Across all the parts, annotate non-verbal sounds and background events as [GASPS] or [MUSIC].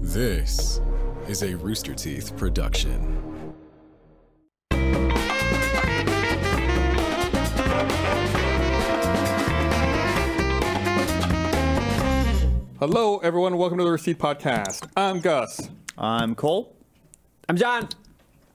This is a Rooster Teeth production. Hello, everyone. Welcome to the Receipt Podcast. I'm Gus, I'm Cole. I'm John.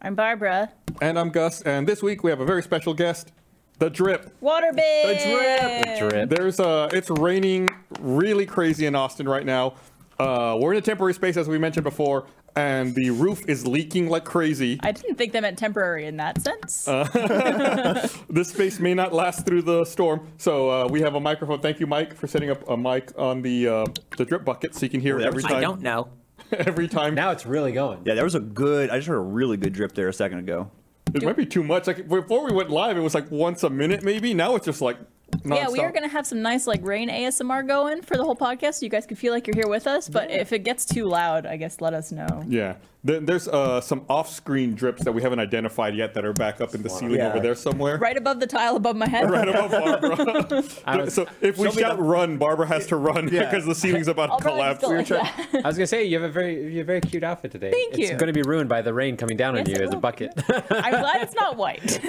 I'm Barbara. and I'm Gus, and this week we have a very special guest, The Drip. Water bed. Drip. There's uh, it's raining really crazy in Austin right now. Uh, we're in a temporary space, as we mentioned before, and the roof is leaking like crazy. I didn't think they meant temporary in that sense. Uh-huh. This space may not last through the storm, so uh, we have a microphone. Thank you, Mike, for setting up a mic on the uh, the drip bucket, so you can hear it Well, every that time. was- I don't know. [LAUGHS] Every time, Now it's really going. Yeah, there was a good. I just heard a really good drip there a second ago. it might be too much. Like before we went live, it was like once a minute, maybe. Now it's just like. yeah, we nonstop. are gonna have some nice like rain ASMR going for the whole podcast, so you guys can feel like you're here with us. But if it gets too loud, I guess let us know. Yeah. Then there's uh, some off-screen drips that we haven't identified yet that are back up in the ceiling Yeah. over there somewhere. [LAUGHS] Right above the tile above my head. Right above Barbara. I was, so if we Show me shout the- run, Barbara has to run Yeah. because the ceiling's about I'll to probably just collapse. go like that. I was gonna say you have a very you have a very cute outfit today. Thank it's you. It's gonna be ruined by the rain coming down on Yes, you it as a will. bucket. [LAUGHS] I'm glad it's [LAUGHS] not white.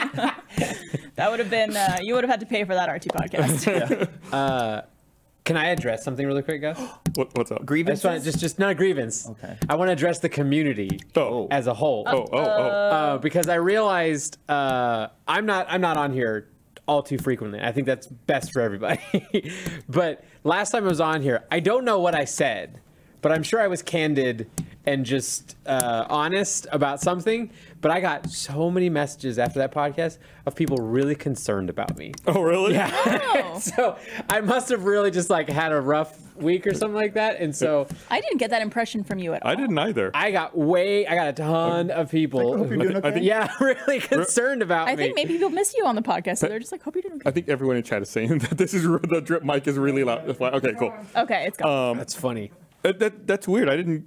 that would have been uh, you would have had to pay for that RT [LAUGHS] podcast. Can I address something really [GASPS] quick, Gus? I What, what's up? Grievance. just want just just not a grievance. Okay. I want to address the community Oh. as a whole. Oh, oh, oh. uh, because I realized uh, I'm not I'm not on here all too frequently. I think that's best for everybody. [LAUGHS] but last time I was on here, I don't know what I said, but I'm sure I was candid and just uh, honest about something. But I got so many messages after that podcast of people really concerned about me. Oh, really? Yeah. Oh. [LAUGHS] So I must have really just like had a rough week or something like that, and so I didn't get that impression from you at all. I didn't either. I got way I got a ton of people. Um, hope you're [LAUGHS] doing okay. Yeah, really concerned about I me. think maybe people miss you on the podcast, so they're just like, "Hope you didn't." I think everyone in chat is saying [LAUGHS] that this is the drip mic is really loud. That's why- Okay, cool. Okay, it's gone. Uh, that's funny. That, that- that's weird. I didn't.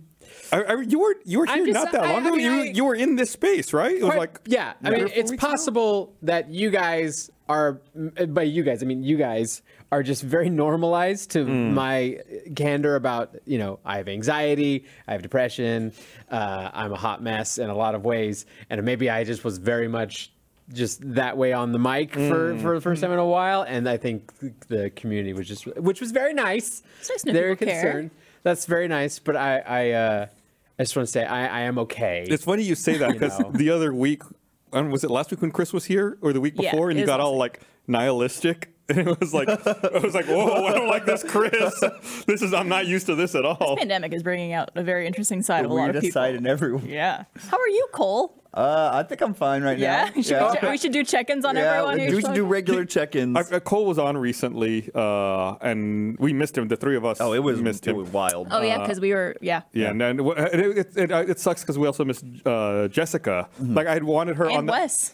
I, I, you were you were I'm here just- not that I- long I ago. mean, you I- you were in this space, right? It was Part- like yeah i three mean or four it's weeks ago? possible that you guys are m- by you guys i mean you guys are just very normalized to Hmm. my candor about you know i have anxiety i have depression uh, i'm a hot mess in a lot of ways and maybe i just was very much just that way on the mic for, Hmm. for the Hmm. first time in a while and i think the community was just which was very nice It's nice to know they're people care. concerned that's very nice but i i uh I just want to say I, I am okay. It's funny you say that because know. the other week, I don't, was it last week when Chris was here or the week Yeah, before, and it you was got last all like nihilistic. [LAUGHS] And it was like, I was like, whoa, I don't like this, Chris. [LAUGHS] This is, I'm not used to this at all. pandemic is bringing out a very interesting side of a lot of Weirdest people. side in everyone. Yeah. How are you, Cole? Uh, I think I'm fine right yeah. [LAUGHS] now. We should, we should do check-ins on Yeah, everyone. we who's should do talking. regular check-ins. I, I- Cole was on recently, uh, and we missed him. The three of us. oh, it was missed it him. was wild. Oh yeah, because we were yeah. yeah, and, and it, it, it, it sucks because we also missed uh, Jessica. Mm-hmm. Like I had wanted her on And the, Wes.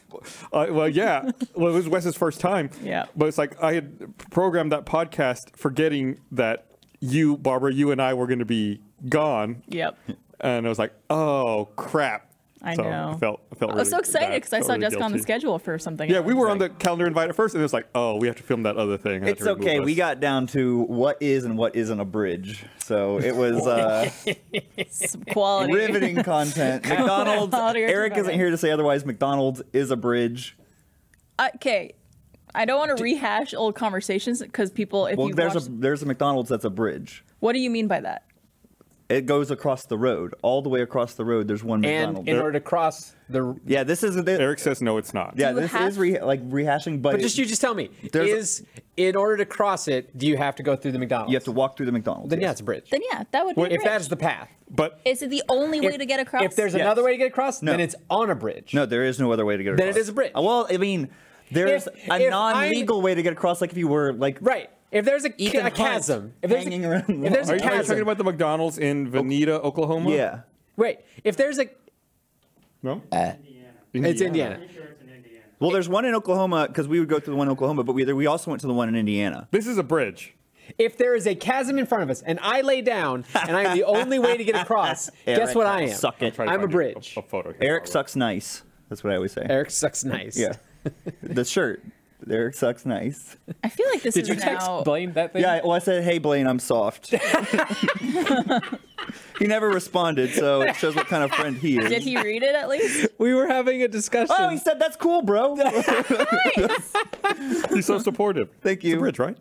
Uh, well, yeah. well, it was Wes's first time. Yeah. But it's like I had programmed that podcast forgetting that you, Barbara, you and I were going to be gone. Yep. And I was like, oh, crap. I so know. I felt, I felt I was so excited because I saw Jessica Jessica on the schedule for something. Yeah, we were on the calendar invite at first, and it was like, oh, we have to film that other thing. I had It's to remove okay. We us. got down to what is and what isn't a bridge. So [LAUGHS] it was uh, Some quality. riveting content. McDonald's. Quality or Eric isn't content. here to say otherwise. McDonald's is a bridge. [LAUGHS] Okay. I don't want to rehash old conversations because people, if Well, you there's watch, a there's a McDonald's that's a bridge. what do you mean by that? It goes across the road, all the way across the road. There's one and McDonald's. in order to cross the yeah, this is Eric says, no, it's not. Yeah, Do you this have- is re- like rehashing, but, But it- just you, just tell me. There's a- Is in order to cross it, do you have to go through the McDonald's? you have to walk through the McDonald's. Then yeah, yes. it's a bridge. Then yeah, that would be. Wait, great. if that's the path, But is it the only way If- to get across? If there's Yes. another way to get across, No. then it's on a bridge. No, there is no other way to get across. Then it is a bridge. Uh, Well, I mean, there's If- a if non-legal way to get across. Like if you were like right. If there's a, ca- Ethan a Hunt chasm, if there's hanging a, around the if there's are a you, are you talking chasm, about the McDonald's in Veneta, Oklahoma? Oh. yeah, wait, if there's a, No? it's Indiana. well, there's one in Oklahoma because we would go to the one in Oklahoma, but we we also went to the one in Indiana. This is a bridge. If there is a chasm in front of us, and I lay down, and I am the only way to get across, guess [LAUGHS] Eric, what I am? suck it. Try to I'm a find you bridge. A, a photo here. Eric Barbara. sucks nice. That's what I always say. Eric sucks nice. Yeah, [LAUGHS] the shirt. Eric sucks nice. I feel like this Did is you text now. Blaine that thing? [LAUGHS] Yeah, well, I said, hey Blaine, I'm soft. [LAUGHS] He never responded, so it shows what kind of friend he is. Did he read it at least? We were having a discussion. Oh, he said that's cool, [LAUGHS] bro. He's so supportive. Thank It's you. a bridge, right?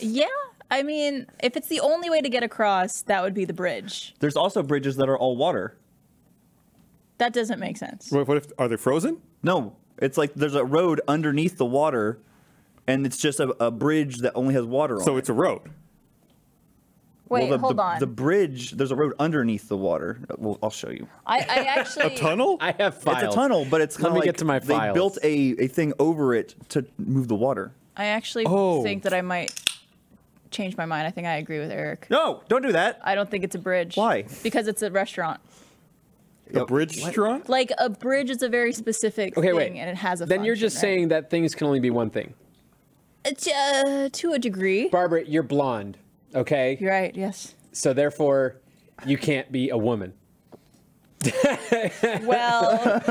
Yeah. I mean, if it's the only way to get across, that would be the bridge. There's also bridges that are all water. That doesn't make sense. What, what if are they frozen? No, it's like there's a road underneath the water, and it's just a, a bridge that only has water on. So it. it's a road. Wait, well, the, hold the, on. The bridge, there's a road underneath the water. Well, I'll show you. I, I actually A tunnel? I have files. It's a tunnel, but it's Let kind of me like get to my they files. built a, a thing over it to move the water. I actually Oh. think that I might change my mind. I think I agree with Eric. No, don't do that. I don't think it's a bridge. Why? Because it's a restaurant. A bridge restaurant? Like a bridge is a very specific Okay, thing, wait. and it has a. Then you're function, just right? saying that things can only be one thing. It's, uh, to a degree. Barbara, you're blonde, okay? You're right. Yes. So therefore, you can't be a woman. Well,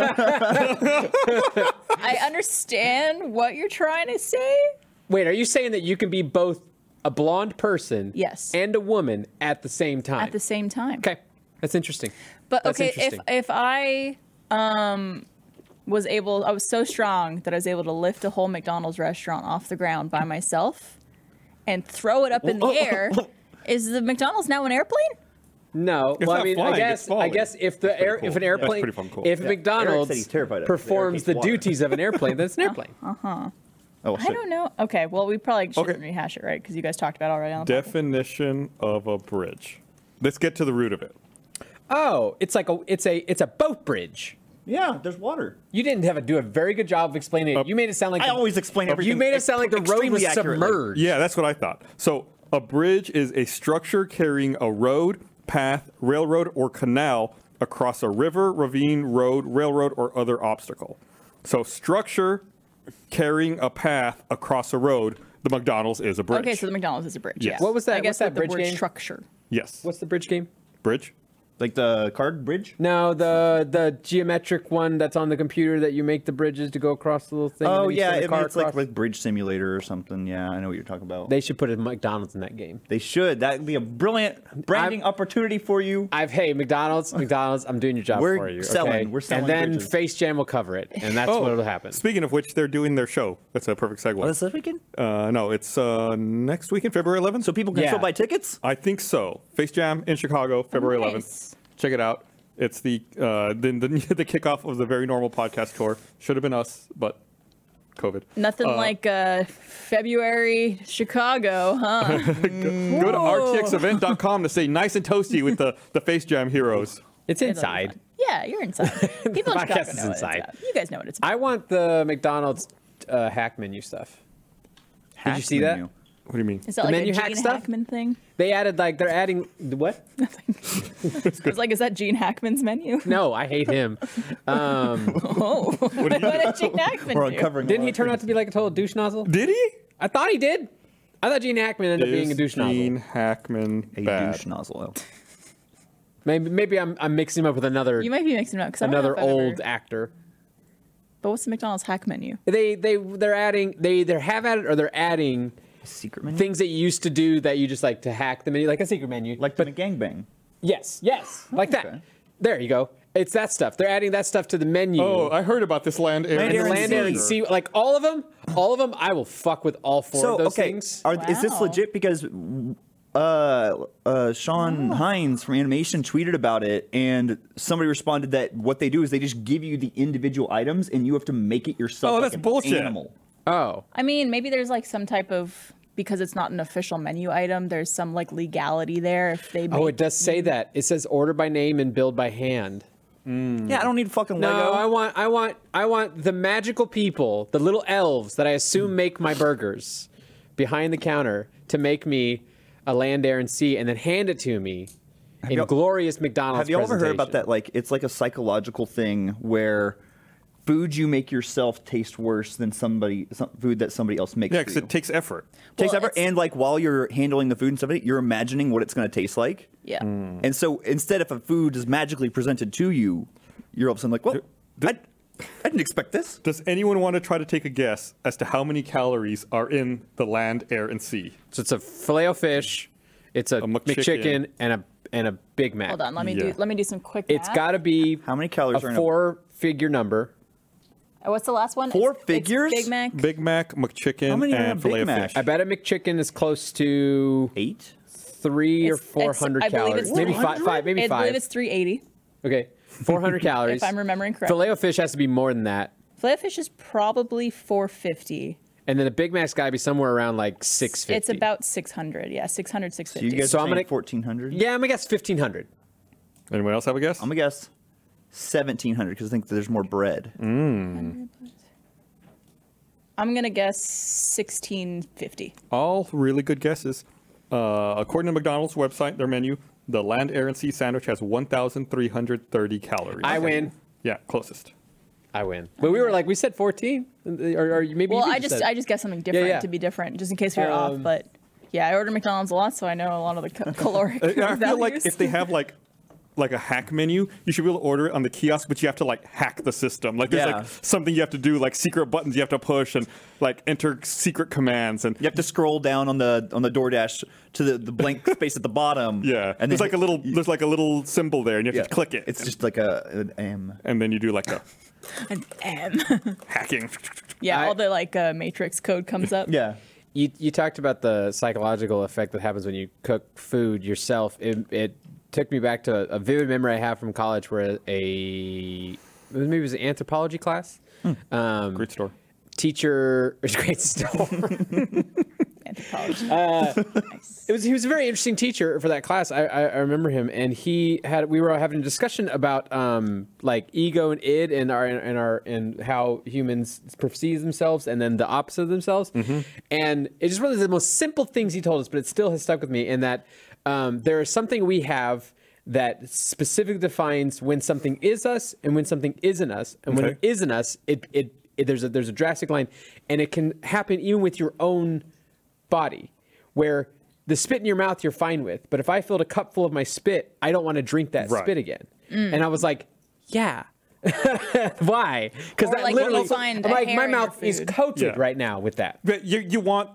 I understand what you're trying to say. Wait, are you saying that you can be both a blonde person Yes. and a woman at the same time? At the same time. okay. That's interesting. But That's okay, if interesting. if I um was able, I was so strong that I was able to lift a whole McDonald's restaurant off the ground by myself and throw it up in Oh. the air. Is the McDonald's now an airplane? No, It's well, I not mean, flying, I it's guess, I falling. guess if the air, cool. if an That's airplane, pretty fucking cool. if Yeah. Eric McDonald's said he's terrified of it. performs The the air keeps water. duties of an airplane, [LAUGHS] then it's an airplane. Oh, I don't know. Okay, well, we probably shouldn't Okay. rehash it, right? Because you guys talked about it already on the Definition of a bridge. Let's get to the root of it. Oh, it's like a, it's a, it's a boat bridge. Yeah, there's water. You didn't have a, do a very good job of explaining it. You made it sound like Oh. I the- always explain You everything made it sound like the road was extremely accurately. submerged. Yeah, that's what I thought. So a bridge is a structure carrying a road, path, railroad, or canal across a river, ravine, road, railroad, or other obstacle. So structure carrying a path across a road. The McDonald's is a bridge. Okay, so the McDonald's is a bridge. Yes. Yes. What was that- I guess what's that with the bridge word game? structure. yes, What's the bridge game? bridge? Like the card bridge? No, the the geometric one that's on the computer that you make the bridges to go across the little thing. and Oh then you yeah, send the it- car it's like, across. like Bridge Simulator or something. Yeah, I know what you're talking about. They, they should put a McDonald's in that game. should. That'd be a brilliant branding opportunity for you. I've [LAUGHS] hey McDonald's, McDonald's, I'm doing your job We're for you. selling- okay? we're selling And then bridges. Face Jam will cover it, and that's what will happen. Speaking of which, they're doing their show. That's a perfect segue. Oh, that's this weekend? Uh, no, it's uh, next weekend, February 11th. So people can Yeah. still buy tickets? I think so. Face Jam in Chicago, February nice. 11th. Check it out. It's the uh, the, the [LAUGHS] the kickoff of the very normal podcast tour. Should have been us, but COVID. [LAUGHS] Nothing like uh, February Chicago, [LAUGHS] huh? Go to rtxevent.com to stay nice and toasty with the the Face Jam heroes. It's inside. yeah, you're [LAUGHS] inside. People in podcast Chicago is know what it's inside. about. You guys know what it's about. I want the McDonald's uh, hack menu stuff. Did you see that? menu. What do you mean? Is that The like a menu Gene hack stuff? Hackman thing? They added like they're adding what? I was like, is that Gene Hackman's menu? [LAUGHS] No, I hate him. Um, [LAUGHS] Oh, what did Gene Hackman We're do? uncovering. a didn't lot he of turn out things. to be like a total douche nozzle? Did he? I thought he did. I thought Gene Hackman ended up being a Is douche Gene nozzle. Hackman a bad? douche nozzle? Oh. Maybe maybe I'm, I'm mixing him up with another You might be mixing it up because another old Ever, actor. but what's the McDonald's hack menu? They they they're adding they either have added or they're adding Secret menu? things that you used to do that you just like to hack the menu [LAUGHS] like a secret menu. Like the gangbang. yes, yes, like that. Okay. There you go. It's that stuff. They're adding that stuff to the menu. uh, Oh, I heard about this land air. Land, and air, land air and sea, like all of them, all of them. I will fuck with all four So of those okay, things. are, is this Wow. legit? Because uh, uh, Sean Hines from Animation tweeted about it, and somebody responded that what they do is they just give you the individual items, and you have to make it yourself. Oh, like that's an bullshit. Animal. oh, I mean, maybe there's like some type of because it's not an official menu item. There's some like legality there if they. oh, make- it does say that. It says order by name and build by hand. Yeah, I don't need fucking No, Lego. I want, I want, I want the magical people, the little elves that I assume make my burgers behind the counter to make me a land, air, and sea, and then hand it to me in y'all- glorious McDonald's. Have you all ever heard about presentation. that? Like, it's like a psychological thing where food you make yourself taste worse than somebody some food that somebody else makes. Yeah, for because you. it takes effort. takes Well, effort, it's- and like while you're handling the food and stuff, you're imagining what it's going to taste like. Yeah. Hmm. And so instead, if a food is magically presented to you, you're all of a sudden like, well, I, I didn't expect this. Does anyone want to try to take a guess as to how many calories are in the land, air, and sea? So it's a filet fish, it's a, McChicken. McChicken, and a and a Big Mac. Hold on, let me do Yeah. let me do some quick. It's math. got to be How many calories are a in a- four-figure number. Uh, What's the last one? Four It's- it's figures? Big Mac. Big Mac, McChicken, How many are in a and Big filet of Mac? fish. I bet a McChicken is close to Eight. three or It's- it's- four hundred I believe calories, it's maybe five, 300? five, maybe I believe five. it's 380. Okay, four hundred calories. [LAUGHS] If I'm remembering correctly, Filet of fish has to be more than that, filet of fish is probably 450. and then the Big Mac's got to be somewhere around like six fifty. It's about 600. Yeah, 600, 650. So you guys So are I'm saying gonna- 1400? yeah, I'm gonna guess fifteen hundred. Anyone else have a guess? I'm gonna guess 1700 because I think there's more bread. I'm gonna guess 1650. All really good guesses. Uh, according to McDonald's website, their menu, the land, air, and sea sandwich has 1,330 calories. I win. Yeah, closest. I win. But we were like, we said fourteen, or, or maybe. Well, you I just said- I just guessed something different yeah. to be different, just in case we were Um, off. But yeah, I order McDonald's a lot, so I know a lot of [LAUGHS] the ca- caloric. I, I feel like values. [LAUGHS] if they have like like a hack menu, you should be able to order it on the kiosk, but you have to like hack the system. Like there's Yeah. like something you have to do, like secret buttons you have to push and like enter secret commands and You have to scroll down on the on the DoorDash to the, the blank space at the bottom. yeah. and there's then like a little there's like a little symbol there and you have yeah. to click it. It's just like a an M. and then you do like a Damn. hacking. yeah, I- all the like uh, matrix code [LAUGHS] comes up. Yeah, You, you talked about the psychological effect that happens when you cook food yourself. It, it took me back to a, a vivid memory I have from college where a maybe it was an anthropology class. Um, Great store. teacher, [LAUGHS] great store. Anthropology. Uh, [LAUGHS] It was he was a very interesting teacher for that class. I, I, I remember him, and he had we were having a discussion about um, like ego and id and our and our and how humans perceive themselves and then the opposite of themselves. And it's just one of the most simple things he told us, but it still has stuck with me. In that um, there is something we have that specifically defines when something is us and when something isn't us, and when Okay. it isn't us, it it, it there's a there's a drastic line, and it can happen even with your own body where the spit in your mouth you're fine with, but if I filled a cup full of my spit, I don't want to drink that Right. spit again. Mm. And I was like, yeah. [LAUGHS] Why? Because Or that like when you literally, find a like hair my in your mouth is food. coated Yeah. right now with that. But you you want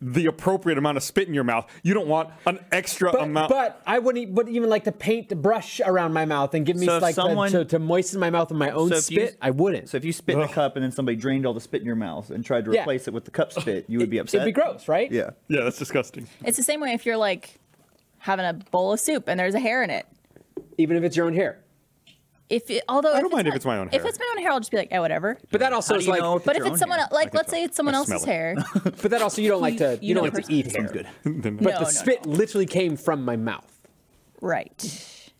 the appropriate amount of spit in your mouth. You don't want an extra But, amount. but I wouldn't, e- wouldn't even like to paint the brush around my mouth and give me So if like the- someone- to, to moisten my mouth with my own So if you- spit. I wouldn't. So if you spit in a cup and then somebody drained all the spit in your mouth and tried to Yeah. replace it with the cup spit, you would be upset. It'd be gross, right? Yeah. yeah, that's disgusting. it's the same way if you're like having a bowl of soup and there's a hair in it. Even if it's your own hair. If it, although don't mind if it's my own If hair. it's my own hair, I'll just be like, oh, whatever. But that also How do is you like, know if But it's if your own it's someone hair. el- like, let's tell. say it's someone I smell else's it. hair. [LAUGHS] but that also you don't like You- to, you, you don't know like to personally. eat hair. good. But No, the no, spit literally came from my mouth. Right.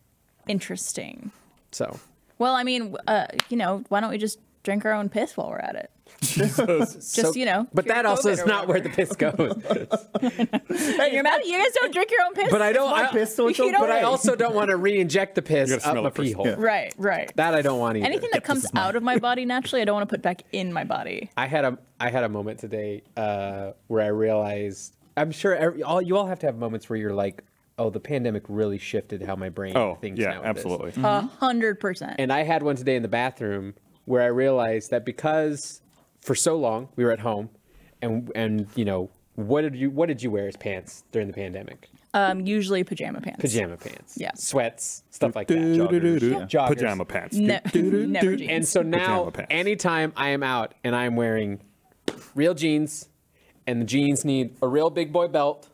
Interesting. So Well, I mean, uh, you know, why don't we just drink our own piss while we're at it? Just you know. But cure that also COVID is or not where whatever. the piss goes. [LAUGHS] Hey, Your mouth, you guys don't drink your own piss. But I don't. my I- piss, so it's but I okay. also don't want to re-inject the piss You gotta up smell my it first. pee hole. Right, right. That I don't want either. Anything that comes out of my body naturally, I don't want to put back in my body. I had a I had a moment today uh, where I realized. I'm sure every, all you all have to have moments where you're like, "Oh, the pandemic really shifted how my brain Oh, thinks." yeah, nowadays." absolutely. A hundred percent. And I had one today in the bathroom where I realized that because for so long we were at home, and and you know what did you what did you wear as pants during the pandemic? Um, usually pajama pants. Pajama pants, Yeah. sweats, stuff like that. Do-do-do-do. Joggers. Pajama pants. No, Do-do-do-do. never jeans. And so now, Pajama pants. anytime I am out and I'm wearing real jeans, and the jeans need a real big boy belt,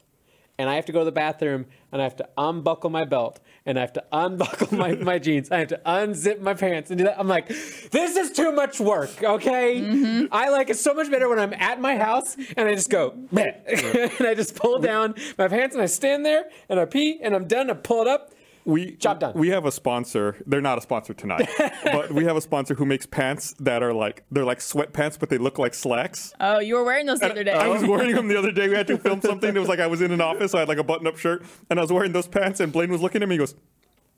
and I have to go to the bathroom and I have to unbuckle my belt and I have to unbuckle [LAUGHS] my, my jeans, I have to unzip my pants and do that. I'm like, this is too much work, okay? I like it so much better when I'm at my house and I just go, "Bleh." [LAUGHS] and I just pull down my pants and I stand there and I pee and I'm done, I pull it up. We Job done. We have a sponsor. They're not a sponsor [LAUGHS] tonight, but we have a sponsor who makes pants that are like they're like sweatpants, but they look like slacks. Oh, you were wearing those the other day. I was [LAUGHS] wearing them the other day. We had to film something. It was like I was in an office. I had like a button-up shirt, and I was wearing those pants. And Blaine was looking at me. He goes,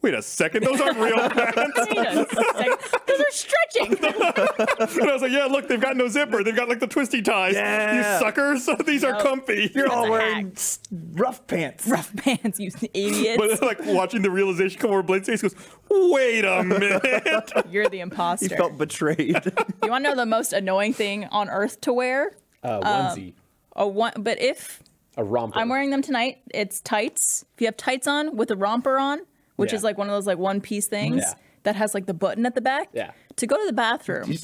"Wait a second, those aren't [LAUGHS] real pants." Wait a sec. Those are stretching. And I was like, "Yeah, look, they've got no zipper. They've got like the twisty ties. Yeah. You suckers. [LAUGHS] These are No. comfy. You're all a [LAUGHS] wearing hack. s- rough pants. Rough pants, you [LAUGHS] idiots. But like watching the realization come over Blaine's face, he goes, "Wait a minute." You're the imposter. You felt [LAUGHS] betrayed. You Um, want to know the most annoying thing on earth to wear? Uh, onesie. A one, but if A romper. I'm wearing them tonight. It's tights. If you have tights on with a romper on, which Yeah. is like one of those like one piece things Yeah. that has like the button at the back. Yeah. To go to the [LAUGHS] bathroom,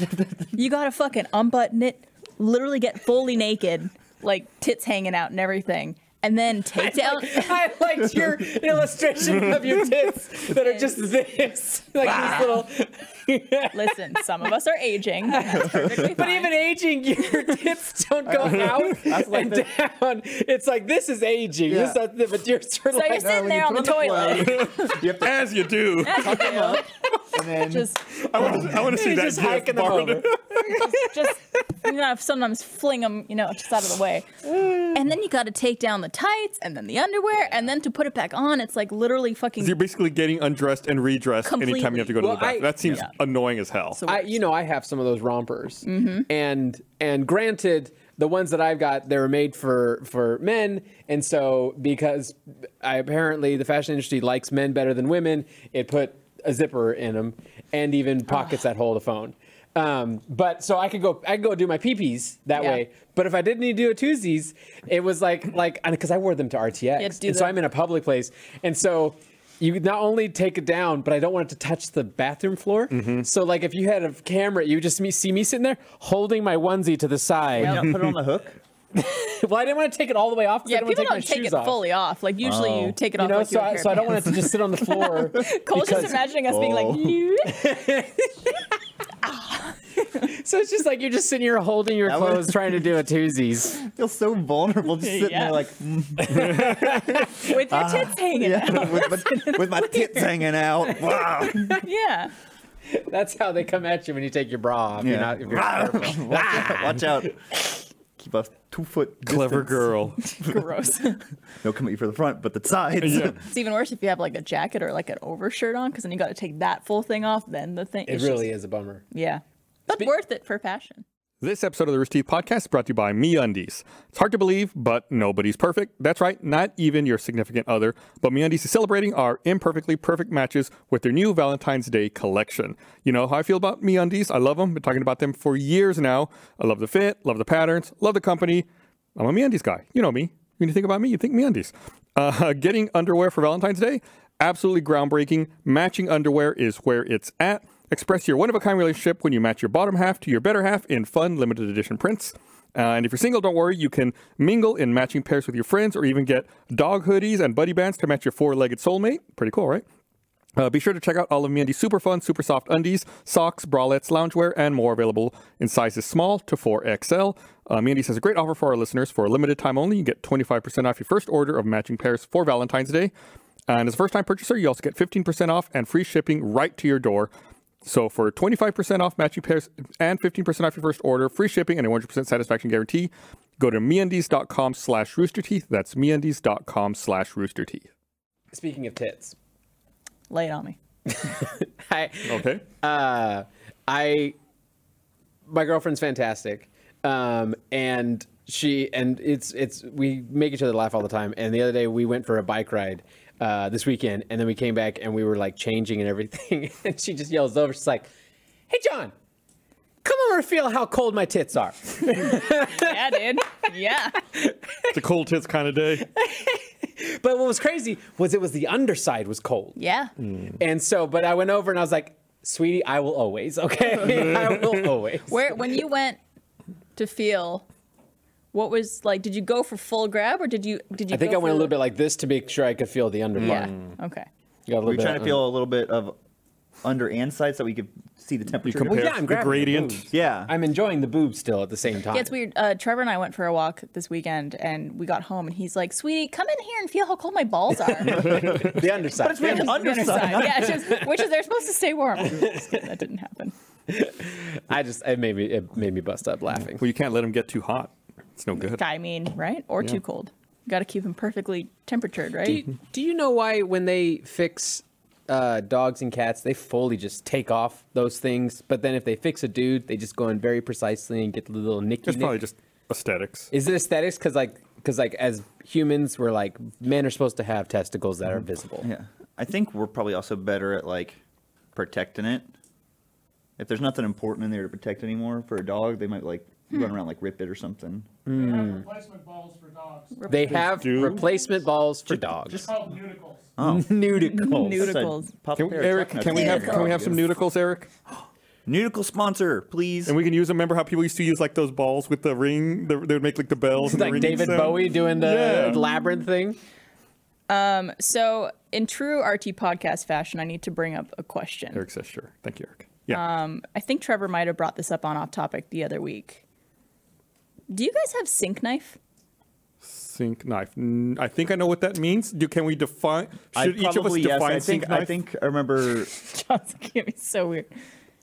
you gotta fucking unbutton it, literally get fully naked, like tits hanging out and everything, and then [LAUGHS] take down. [LAUGHS] I liked your illustration of your tits that are just this, [LAUGHS] like these little. [LAUGHS] Listen, some of us are aging. That's perfectly But fine. even aging, [LAUGHS] your tits don't [LAUGHS] go out and down. It's like this is aging. This Yeah. is the, but yours are so you're like. "Oh, sitting there on the toilet. you have to As you do. and then Just, I want to, I want to see that just gif hiking them borrowed. over. just you know, sometimes fling them, you know, just out of the way. And then you got to take down the tights and then the underwear, and then to put it back on, it's like literally fucking [LAUGHS] [LAUGHS] You're basically getting undressed and redressed anytime you have to go to Completely. the bathroom. Well, I- that seems Yeah. annoying as hell. I, you know, I have some of those rompers, Mm-hmm. and and granted, the ones that I've got, they were made for for men, and so because I apparently the fashion industry likes men better than women, it put a zipper in them, and Ah. even pockets that hold a phone. Um, but so I could go, I could go do my peepees that Yeah. way. But if I didn't need to do a twosies, it was like like because I wore them to RTX, You had to do and so the- I'm in a public place, and so you could not only take it down, but I don't want it to touch the bathroom floor. So like if you had a camera, you would just me, see me sitting there holding my onesie to the side. Yep. not put it on the hook. [LAUGHS] well, I didn't want to take it all the way off. 'cause I yeah. didn't want People to don't take my take shoes it off. fully off. Like usually you take it You off. know, like so a I, pair so I of don't want it to just sit on the floor. [LAUGHS] Cole's just because- imagining us being Oh. like, "You?" So it's just like you're just sitting here holding your That would- clothes, trying to do a twosies. I feel so vulnerable just sitting Yeah. there like [LAUGHS] mm, with your tits hanging out. yeah, with, my, with my tits hanging out. Wow. Yeah. [LAUGHS] That's how they come at you when you take your bra off. [LAUGHS] You're Yeah. not, if you're [LAUGHS] careful. Watch out. Keep a two foot Clever girl. Gross. it's They'll come at you for the front, but the sides. Yeah. even worse if you have like a jacket or like an overshirt on, because then you got to take that full thing off. Then the thing. it it's really just- is a bummer. Yeah. But worth it for fashion. This episode of the Rooster Teeth Podcast is brought to you by MeUndies. It's hard to believe, but nobody's perfect. That's right, not even your significant other. But MeUndies is celebrating our imperfectly perfect matches with their new Valentine's Day collection. You know how I feel about MeUndies. I love them. Been talking about them for years now. I love the fit, love the patterns, love the company. I'm a MeUndies guy. You know me. When you think about me, you think MeUndies. Uh, [LAUGHS] getting underwear for Valentine's Day? Absolutely groundbreaking. Matching underwear is where it's at. Express your one of a kind relationship when you match your bottom half to your better half in fun limited edition prints. Uh, and if you're single, don't worry, you can mingle in matching pairs with your friends or even get dog hoodies and buddy bands to match your four legged soulmate. Pretty cool, right? Uh, be sure to check out all of Meundies' super fun, super soft undies, socks, bralettes, loungewear, and more available in sizes small to 4XL. Uh, Meundies has a great offer for our listeners. For a limited time only, you get 25% off your first order of matching pairs for Valentine's Day. And as a first time purchaser, you also get 15% off and free shipping right to your door. So for 25% off matching pairs and 15% off your first order, free shipping and a 100% satisfaction guarantee, go to meundies.com slash roosterteeth. That's meundies.com slash roosterteeth. Speaking of tits, Lay it on [LAUGHS] me. I, Okay. uh, I my girlfriend's fantastic, um, and she and it's it's we make each other laugh all the time. And the other day we went for a bike ride uh, this weekend, and then we came back and we were like changing and everything. [LAUGHS] and she just yells over, she's like, "Hey, John." Come over and feel how cold my tits are. Yeah, dude. Yeah. It's a cold tits kind of day. But what was crazy was it was the underside was cold. Yeah. And so, but I went over and I was like, sweetie, I will always, okay? [LAUGHS] [LAUGHS] I will always. Where when you went to feel, what was like? Did you go for full grab or did you did you? I think go I went for- a little bit like this to make sure I could feel the underpart. Yeah. Okay. You got a [LAUGHS] little We're trying bit, to feel a little bit of under and side so we could see the temperature. compare- Well, yeah, I'm the grabbing gradient. The boobs. Yeah. I'm enjoying the boobs still at the same time. Yeah, it's weird. Uh, Trevor and I went for a walk this weekend, and we got home, and he's like, "Sweetie, come in here and feel how cold my balls [LAUGHS] are." The underside. But it's weird. Underside. yeah, it's just, which is they're supposed to stay warm. Just kidding, that didn't happen. I just it made me it made me bust up laughing. Well, you can't let them get too hot. It's no good. I mean, right? Or too cold. You got to keep them perfectly temperatured, right? Do you, do you know why when they fix uh, dogs and cats, they fully just take off those things? But then if they fix a dude, they just go in very precisely and get the little nicky. It's nick. probably just aesthetics. Is it aesthetics? Because like, because like, as humans, we're like, men are supposed to have testicles that are visible. Yeah. I think we're probably also better at like protecting it. If there's nothing important in there to protect anymore for a dog, they might like run around like rip it [LAUGHS] or something. They have replacement balls for dogs. They're They have do? replacement balls for dogs. called nudicles. Oh. Nudicles. Nudicles. Pop Can we, Eric, can we have can we have some nudicles, Eric? nudicle sponsor, please? And we can use them. Remember how people used to use like those balls with the ring? The, they would make like the bells. It's and the like ringing David sound? Bowie doing the Yeah. labyrinth thing. So, in true RT podcast fashion, I need to bring up a question. Eric says sure. Thank you, Eric. Yeah. I think Trevor might have brought this up on Off Topic the other week. Do you guys have sink knife? [LAUGHS] sink knife. N- I think I know what that means. Do can we define? I Should each of us probably- yes, define I sink think, knife? I think I remember. John's looking at me so weird.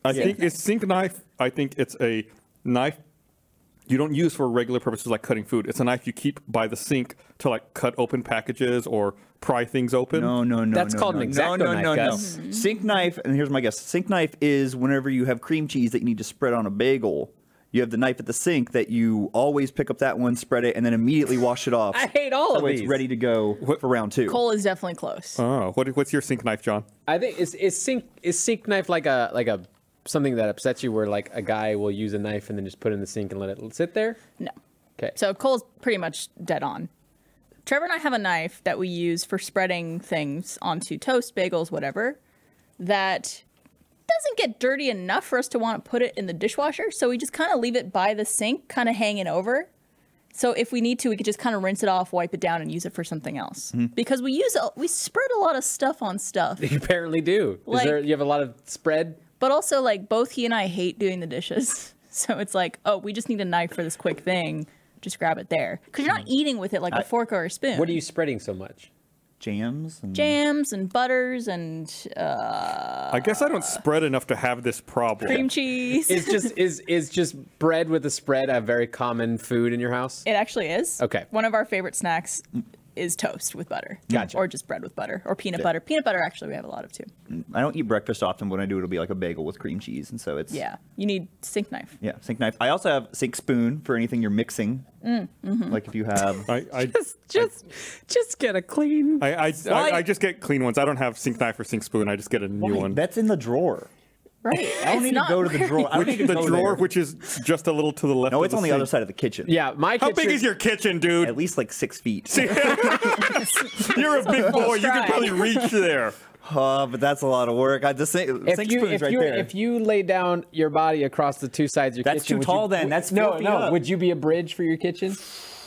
I think it's sink knife. I think it's a knife you don't use for regular purposes like cutting food. It's a knife you keep by the sink to like cut open packages or pry things open. No, no, no. That's no, called no, an no, X-Acto no, knife, no, Gus. no. Sink knife, and here's my guess. Sink knife is whenever you have cream cheese that you need to spread on a bagel. You have the knife at the sink that you always pick up that one, spread it, and then immediately wash [LAUGHS] it off. I hate all that of way these. It's ready to go for round two. Cole is definitely close. Oh, what, what's your sink knife, John? I think is is sink is sink knife like a like a something that upsets you where like a guy will use a knife and then just put it in the sink and let it sit there. [LAUGHS] no. Okay. So Cole's pretty much dead on. Trevor and I have a knife that we use for spreading things onto toast, bagels, whatever, that doesn't get dirty enough for us to want to put it in the dishwasher. So we just kind of leave it by the sink, kind of hanging over. So if we need to, we could just kind of rinse it off, wipe it down, and use it for something else. Because we use a, we spread a lot of stuff on stuff, you apparently do. Like- is there you have a lot of spread? but also like both he and I hate doing the dishes. [LAUGHS] So it's like, oh, we just need a knife for this quick thing. Just grab it there because you're not eating with it like a fork or a spoon. What are you spreading so [LAUGHS] much? [LAUGHS] Jams. And jams and butters and uh, I guess I don't spread enough to have this problem. cream cheese. Is just is is just bread with a spread a very common food in your house? it actually is. Okay. One of our favorite snacks is toast with butter. Gotcha. Or just bread with butter or peanut butter. Peanut butter actually we have a lot of too. I don't eat breakfast often. but When I do, it'll be like a bagel with cream cheese, and so it's Yeah. You need sink knife. yeah, sink knife. I also have sink spoon for anything you're mixing. Like if you [LAUGHS] have I, I, Just just get a clean I, [LAUGHS] I, I, Why? I just get clean ones. I don't have sink knife or sink spoon. I just get a new one. that's in the drawer. Right. I don't need to go to [LAUGHS] the drawer. [LAUGHS] I don't need to the go drawer, there. which is just a little to the left. no, of it's on the sink. other side of the kitchen. Yeah, my How kitchen, big is your kitchen, dude? at least like six feet. You're a big boy. You try. can probably reach there. Uh, but that's a lot of work. I just think if sink you spoons if right you there. if you lay down your body across the two sides of your That's kitchen, too would tall you, then. would- That's no, 50 no. up. Would you be a bridge for your kitchen?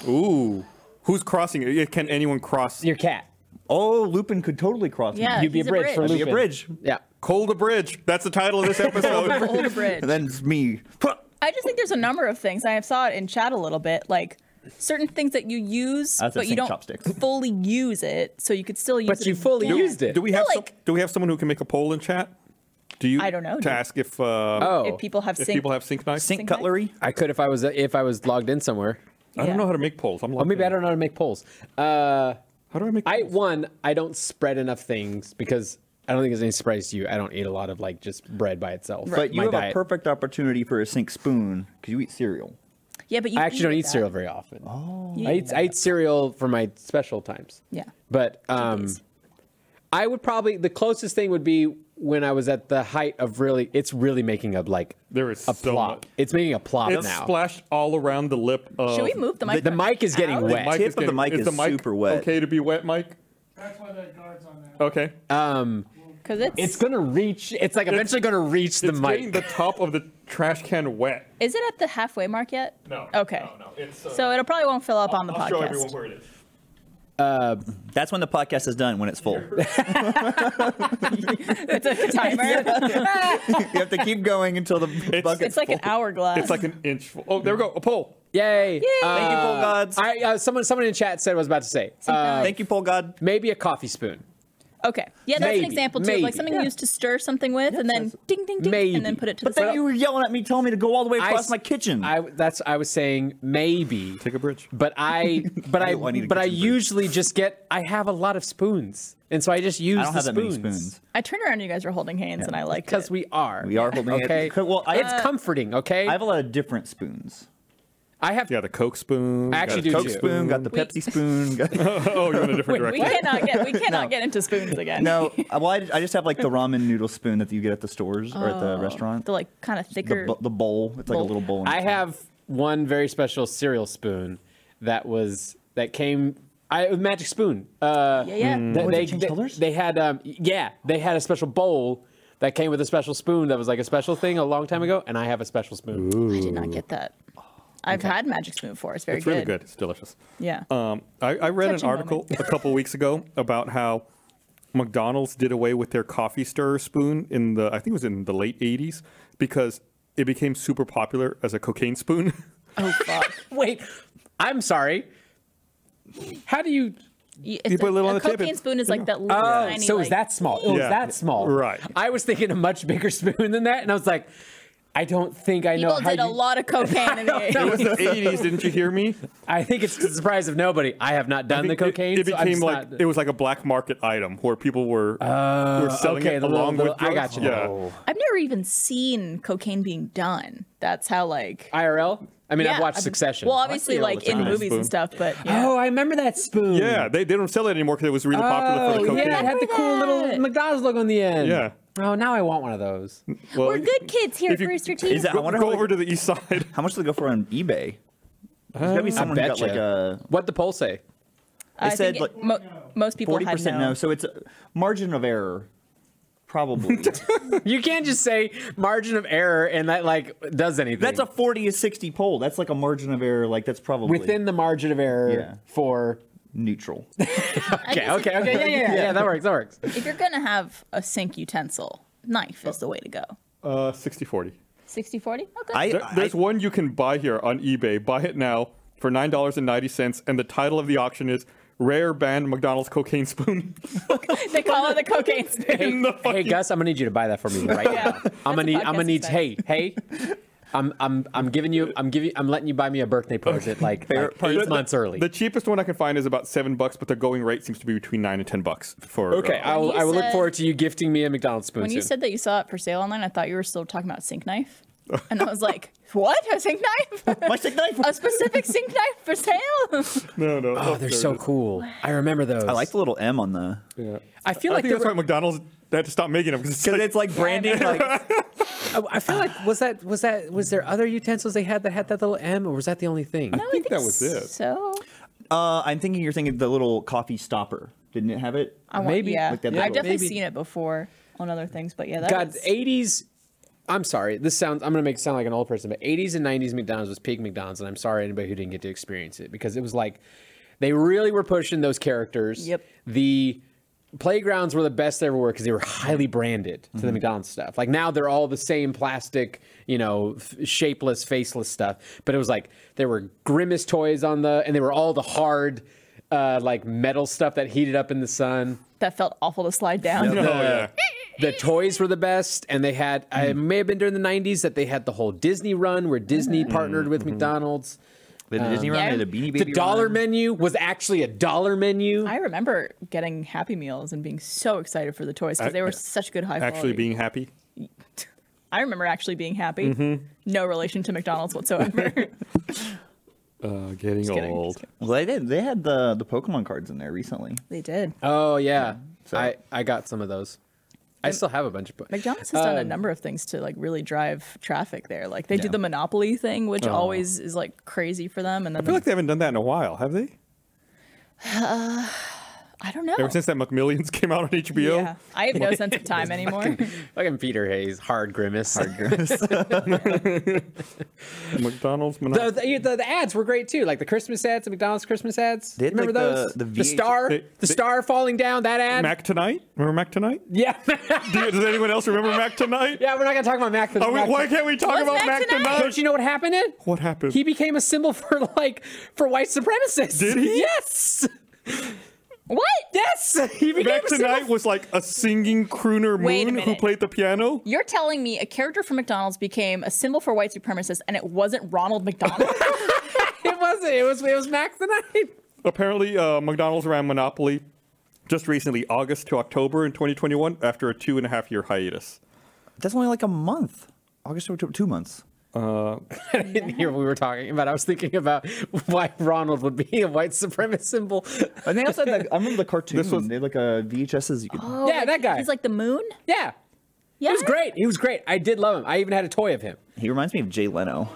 Ooh, who's crossing it? Can anyone cross? Your cat. oh, Lupin could totally cross. me. Yeah, You'd be Uh, a he's bridge, for I'd be Lupin. a bridge. Yeah. Cold the bridge. That's the title [LAUGHS] of this episode. Old bridge. And then it's me. Huh. I just think there's a number of things. I saw it in chat a little bit, like certain things that you use, That's a but you sink don't chopsticks. [LAUGHS] fully use it, so you could still use it. But you fully again. used it. do we have No, some, like- do we have someone who can make a poll in chat? Do you? I don't know, To dude. ask if uh, Oh, If people have if sink, people have sink knives. Sink, Sink knife? cutlery. I could if I was if I was logged in somewhere. I Yeah. don't know how to make polls. I'm Or Oh, like, maybe I don't know how to make polls. Uh, How do I make? I polls? one I don't spread enough things because I don't think it's any surprise to you. I don't eat a lot of like just bread by itself. But you My have diet- a perfect opportunity for a sink spoon because you eat cereal. yeah, but you I actually don't eat that. cereal very often. Oh. You I eat eat I eat cereal for my special times. Yeah. But um, Chickpeas. I would probably the closest thing would be when I was at the height of really it's really making a like There is a so plop. much. It's making a plop It's now. splashed all around the lip. Of, Should we move the mic? The back mic is getting out? wet. Mic Tip is of the getting- mic is super wet. Okay to be wet, Mike. That's why that guard's on there. Okay. because it's, It's gonna reach. It's like eventually gonna reach the it's getting mic. the top of the trash can wet. Is it at the halfway mark yet? No. Okay. No, no. It's, uh, so it'll probably won't fill up on the I'll podcast. show everyone where it is. That's when the podcast is done when it's [LAUGHS] full. it's like a [LAUGHS] timer. you have to keep going until the bucket. [LAUGHS] [LAUGHS] It's like an hourglass. It's like an inch full. Oh, there we go. A poll. Yay! Uh, Thank you, pole gods. I, uh, someone, someone in chat said what I was about to say. Sink Uh, knife. Thank you, pole god. maybe a coffee spoon. okay. Yeah, that's an Maybe, example too, maybe. like something you used to stir something with, and then ding, ding, ding, and Maybe. then put it to But the then you were yelling at me, telling me to go all the way across s- my kitchen. I that's I was saying maybe Take a bridge. But [LAUGHS] I but I, I need a but I kitchen bridge. usually just get I have a lot of spoons, and so I just use I don't the have that many spoons. I turned around, and you guys were holding hands, and I liked because it. we are We are holding it- okay. Uh, Well, I- uh, it's comforting. Okay, I have a lot of different spoons. I have Yeah, the Coke spoon. I Got actually do a Coke too. spoon, got the Wait. Pepsi spoon. Got... [LAUGHS] [LAUGHS] Oh, you're in a [LAUGHS] different we direction. cannot get we cannot get into spoons again. No, I- well, I, I just have like the ramen noodle spoon Oh, that you get at the stores or at the restaurant. the like kind of The, thicker. bu- the bowl. It's like a Bowl. little bowl. in I it. have one very special cereal spoon that was that came. I magic spoon. Uh, Yeah, yeah. th- Was it they, changed they- colors? they had um, yeah, they had a special bowl that came with a special spoon that was like a special thing a long time ago, and I have a special spoon. I did not get that. Oh. I've had Magic Spoon before. It's very It's really good. It's delicious. Yeah. Uh, Um, I, I read Touching an article moment. a couple weeks ago about how McDonald's did away with their coffee stirrer spoon in the I think it was in the late '80s because it became super popular as a cocaine [LAUGHS] spoon. [LAUGHS] oh [LAUGHS] fuck. Wait, I'm sorry. How do you? You, You put a little on the tip, cocaine it's- spoon is like that little [LAUGHS] Oh, tiny. so it was like- that small? It was Yeah. that small, Right. I was thinking a much bigger [LAUGHS] spoon than that, and I was like, I don't think I know People oh, how did you. a lot [LAUGHS] of cocaine in the it was the '80s, didn't you hear me? I think it's to the surprise of nobody. I have not done I the think cocaine. It, it so I'm became just like not- Oh, it was like a black market item where people were were selling okay, it the little- along the- with. I drugs. got you. Yeah. Oh. I've never even seen cocaine being done. That's how like. IRL. I mean, Yeah, I've watched Succession. Well, obviously, I see it all like the in time. movies Spoon. and stuff, but yeah. Oh, I remember that spoon. Yeah, they, they don't sell it anymore because it was really popular for the Oh, cocaine. yeah, it had the cool little that. McDonald's logo on the end. Yeah. Oh, now I want one of those. Well, we're good kids here if at you- Rooster Teeth. Is that, I Go, wonder go how, over to the east [LAUGHS] side. how much do they go for on eBay? There's gotta be someone who got like Betcha. a What the poll say? I they said, like, think it, mo- most people forty had percent no. no. So it's a margin of error, [LAUGHS] probably. You can't just say margin of error and that like does anything. that's a forty to sixty poll. Oh, That's like a margin of error. Like that's probably within the margin of error Yeah. for. neutral. I Okay, guess okay, if- okay, yeah, yeah, yeah, yeah. That works. That works. If you're gonna have a sink utensil, knife is the way to go. Uh, 60 40. 60-40? Okay. I, There- there's I- one you can buy here on eBay. Buy it now for nine dollars and ninety cents, and the title of the auction is "Rare Band McDonald's Cocaine Spoon." [LAUGHS] they call it the cocaine spoon. In the fucking- Hey [LAUGHS] Gus, I'm gonna need you to buy that for me right Yeah. now. I'm gonna need. I'm gonna podcast need. Hey, expense. hey. I'm I'm I'm giving you. I'm giving. I'm letting you buy me a birthday present like, like The- eight the- months early. The cheapest one I can find is about seven bucks, but the going rate seems to be between nine and ten bucks for. okay, uh, I will. When you I will look said- forward to you gifting me a McDonald's spoon. When you soon. said that you saw it for sale online, I thought you were still talking about sink knife. And I was like, what? A sink knife? my steak knife. a specific sink knife for sale? [LAUGHS] no, no. oh, they're so cool. I remember those. I like the little M on the I feel I think like there that's why were, McDonald's had to stop making them because it's because like, it's like branding. [LAUGHS] Like I I feel like was that was that was there other utensils they had that had that little M or was that the only thing? No, think that was it. So uh, I'm thinking you're thinking the little coffee stopper. Didn't it have it? I want, Maybe. yeah. Like that I've little- definitely Maybe. seen it before on other things, but yeah, that God, was- eighties. I'm sorry. This sounds. I'm gonna make it sound like an old person, but eighties and nineties McDonald's was peak McDonald's, and I'm sorry anybody who didn't get to experience it because it was like they really were pushing those characters. Yep. The playgrounds were the best they ever were because they were highly branded to the McDonald's stuff. Like now they're all the same plastic, you know, f- shapeless, faceless stuff. But it was like there were grimace toys on the, and they were all the hard, uh, like metal stuff that heated up in the sun that felt awful to slide [LAUGHS] down. no, yeah. the toys were the best and they had i may have been during the 90s that they had the whole disney run where disney partnered with mcdonald's They had the Disney run, they had the Beanie Baby the dollar run. menu was actually a dollar menu I remember getting Happy Meals and being so excited for the toys because they were such good high actually quality. being happy. I remember actually being happy. No relation to McDonald's [LAUGHS] whatsoever. Uh, getting kidding, old. just Well, they did. They had the the Pokemon cards in there recently. they did. oh yeah i i got some of those i still have a bunch of [LAUGHS] McDonald's has done a Um, number of things to like really drive traffic there. Like they do Yeah. the monopoly thing, which always is like crazy for them. And then I feel like they haven't done that in a while, have they? I don't know. Ever since that McMillions [LAUGHS] came out on HBO. Oh. yeah, I have no sense of [LAUGHS] time anymore. fucking peter hayes hard grimace [LAUGHS] McDonald's the, monopoly. the, the, the ads were great too, like the Christmas ads, the McDonald's Christmas ads. They had, Remember like, the- those? the VH star, They- the they- star falling down. That ad. Mac tonight? Remember Mac tonight? [LAUGHS] yeah, [LAUGHS] Do- Does anyone else remember Mac tonight? yeah. We're not gonna talk about Mac. 'cause Are we, Mac- why can't we talk What's about Mac, Mac tonight? Tonight? Don't you know what happened? Ed? What happened? He became a symbol [LAUGHS] for like for white supremacists. Did he? [LAUGHS] Yes. what? Yes. He became Mac a symbol. tonight was like a singing crooner Wait a moon who minute. played the piano. You're telling me a character from McDonald's became a symbol for white supremacists, and it wasn't Ronald McDonald? It wasn't. It was. It was Mac tonight. Apparently, uh, McDonald's ran Monopoly just recently, August to October in 2021, after a two and a half year hiatus. That's only like a month. August or two months. I didn't hear what we were talking about. I was thinking about [LAUGHS] why Ronald would be a white supremacist symbol. And they also had the, I remember [LAUGHS] the cartoon. This was- they had like a VHSs you could. [LAUGHS] Oh, Yeah, like, that guy. He's like the moon. [LAUGHS] Yeah. Yeah, [LAUGHS] He was great. He was great. I did love him. I even had a toy of him. He reminds me of Jay Leno.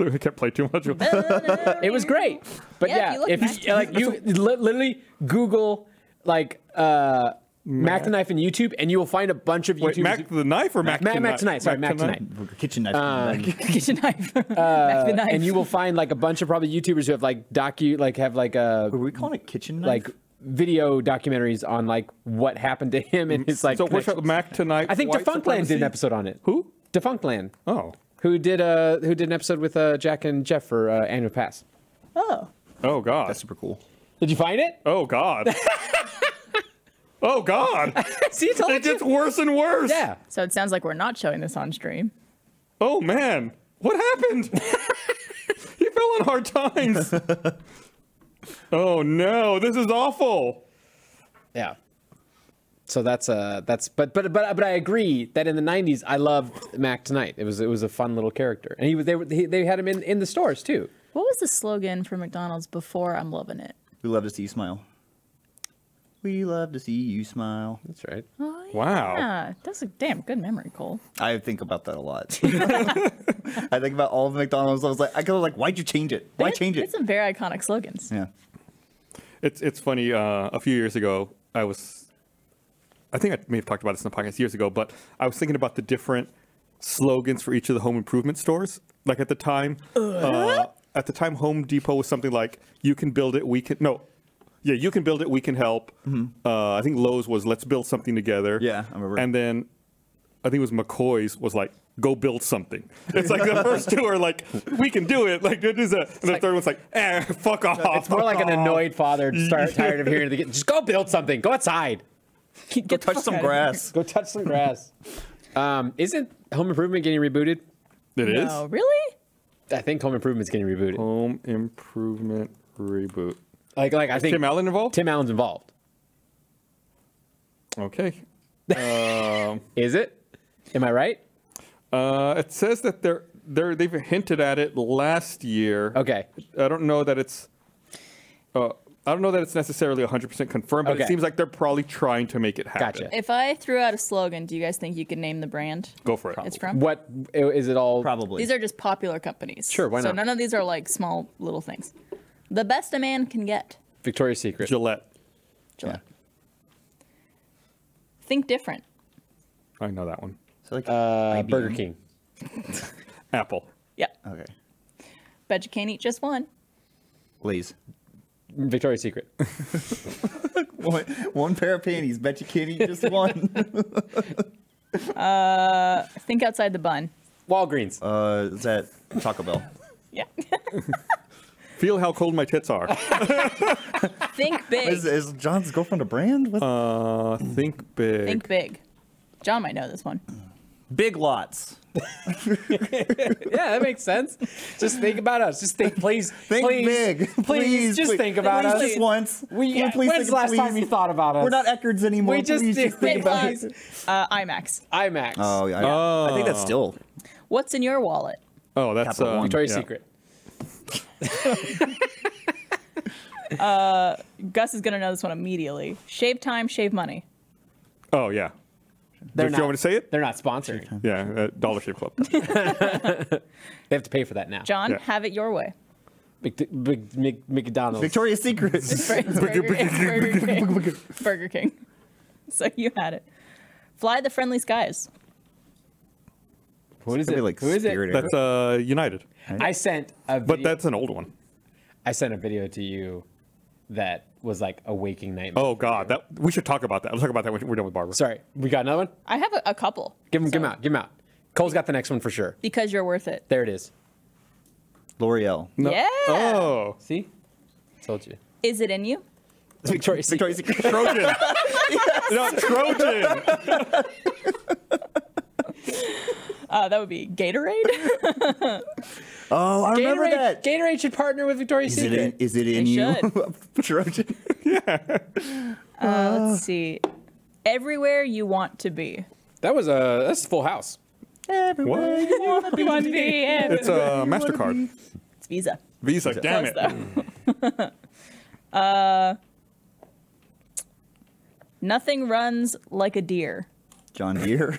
I can't play too much. It was great. But Yeah, if yeah, you look if back- you, like you li- literally Google like uh, Mac the Knife and YouTube, and you will find a bunch of Wait, YouTube. Mac the knife or Mac Mac, tonight? Mac tonight. Sorry, Mac, tonight. Kitchen knife. kitchen knife. Back the knife. And you will find like a bunch of probably YouTubers who have like docu like have like a Were we calling it kitchen knife? like video documentaries on like what happened to him and his like. So what's up, connections. Mac tonight? I think White Defunctland did an Supremacy? episode on it. Who? Defunctland. Oh. Who did uh who did an episode with uh Jack and Jeff for uh, Annual Pass? oh, Oh God. that's super cool. Did you find it? oh [LAUGHS] God. oh God. [LAUGHS] See, it's all It gets worse and worse. [LAUGHS] yeah. so it sounds like we're not showing this on stream. Oh man, what [LAUGHS] happened? he fell on hard times. oh no, this is awful. Yeah. So that's uh that's but but but but I agree that in the '90s I loved Mac Tonight. It was it was a fun little character, and he was they were, he, they had him in in the stores too. What was the slogan for McDonald's before I'm loving it? We love to see you smile. We love to see you smile. That's right. Oh, Wow. Yeah, that's a damn good memory, Cole. I think about that a [LAUGHS] lot. I think about all of McDonald's. I was like, I was like, why'd you change it? Why They- change It's it? some very iconic slogans. Yeah. It's it's funny. Uh, a few years ago, I was, I think I may have talked about this in the podcast years ago, but I was thinking about the different slogans for each of the home improvement stores. Like at the time, uh, at the time, Home Depot was something like "You can build it, we can." No, yeah, you can build it, we can help. Uh, I think Lowe's was "Let's build something together." Yeah, I remember. And then I think it was McCoy's was like, go build something. It's like the first two are like, we can do it. Like, it is a, and the third one's like, eh, fuck off. It's [LAUGHS] more like an annoyed father start, tired of hearing the kid, just go build something, go outside, [LAUGHS] Get Go the touch fuck some outta here. grass. go touch some grass. [LAUGHS] um, isn't Home Improvement getting rebooted? It is. Oh, really? I think Home Improvement's getting rebooted. Home improvement reboot. Like like I Is think Tim Allen involved? Tim Allen's involved. [LAUGHS] Okay. Um, Is it? Am I right? Uh, it says that they're, they're, they've hinted at it last year. Okay. I don't know that it's, uh, I don't know that it's necessarily 100% confirmed, but Okay. it seems like they're probably trying to make it happen. Gotcha. If I threw out a slogan, do you guys think you could name the brand Go for it. it's from? What is it all? Probably. These are just popular companies. Sure, why So not? none of these are like small little things. The best a man can get. Victoria's Secret. Gillette. Gillette. Think different. I know that one. So like Uh, IBM? Burger King. Apple. Yeah. Okay. Bet you can't eat just one. Lays. Victoria's Secret. One, one pair of panties. Bet you can't eat [LAUGHS] just one. Think outside the bun. Walgreens. uh, is that Taco Bell? Yeah. Feel how cold my tits [LAUGHS] are. [LAUGHS] Think big. Is, is John's girlfriend a brand? What? Uh, think big. Think big. John might know this one. Big Lots. [LAUGHS] yeah, that makes sense. Just think about us. Just think, please. [LAUGHS] Think please, big. Please, just please. think about please us. Just once. We, Can please when's think- the last time please? you thought about us? We're not Eckerd's anymore. We just, please think, Big about Lots. it. Uh, IMAX. [LAUGHS] IMAX. Oh yeah. I think that's still. What's in your wallet? Oh, that's Capital uh, One. Victoria's yeah. Secret. Gus is gonna know this one immediately. Shave time, shave money. Oh yeah. They're Do not, you want me to say it? They're not sponsoring. Yeah, uh, Dollar Shave [LAUGHS] Club. They have to pay for that now. John, Yeah. have it your way. [LAUGHS] Mc, Mc- Mc- McDonald's. Victoria's Secret. It's Bur- it's Burger, it's Burger King. Burger King. [LAUGHS] So you had it. Fly the friendly skies. What is It'd it? be like Who is it? Spirit that's uh, United, I sent a video, but that's an old one. I sent a video to you that was like a waking nightmare. Oh God, that we should talk about that. Let's talk about that when we're done with Barbara. Sorry. We got another one? I have a, a couple. Give him, give him So- out. Give him out. Cole's got the next one for sure. Because you're worth it. There it is. L'Oreal. Yeah. Oh, See? [LAUGHS] Told you. Is it in you? Victoria's Victoria's Secret. Secret. Trojan. no, Trojan. Uh, that would be [LAUGHS] Gatorade. Oh, I remember Gatorade, that. Gatorade should partner with Victoria's Is it Secret. in, is it in They you? [LAUGHS] Trojan. Uh, let's see. Everywhere you want to be. That was a that's Full House. What? [LAUGHS] You want to be. and- It's uh, Mastercard, It's Visa. Visa. Damn it. Close, though. uh, [LAUGHS] nothing runs like a deer. [LAUGHS] John Deere.